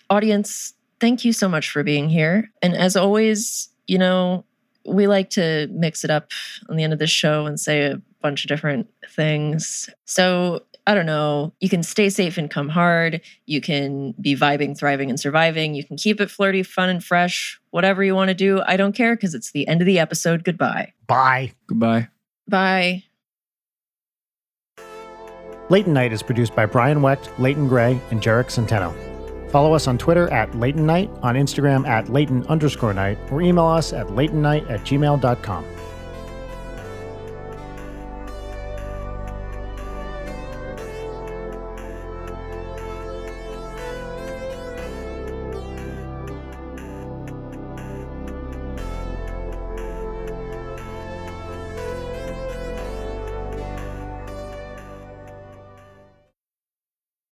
Audience, thank you so much for being here. And as always, you know, we like to mix it up on the end of this show and say a bunch of different things. So, I don't know, you can stay safe and come hard. You can be vibing, thriving, and surviving. You can keep it flirty, fun, and fresh. Whatever you want to do, I don't care because it's the end of the episode. Goodbye. Bye. Goodbye. Bye. Leighton Night is produced by Brian Wecht, Leighton Gray, and Jarek Centeno. Follow us on Twitter at Leighton Night, on Instagram at Leighton underscore night, or email us at leightonnight at gmail.com.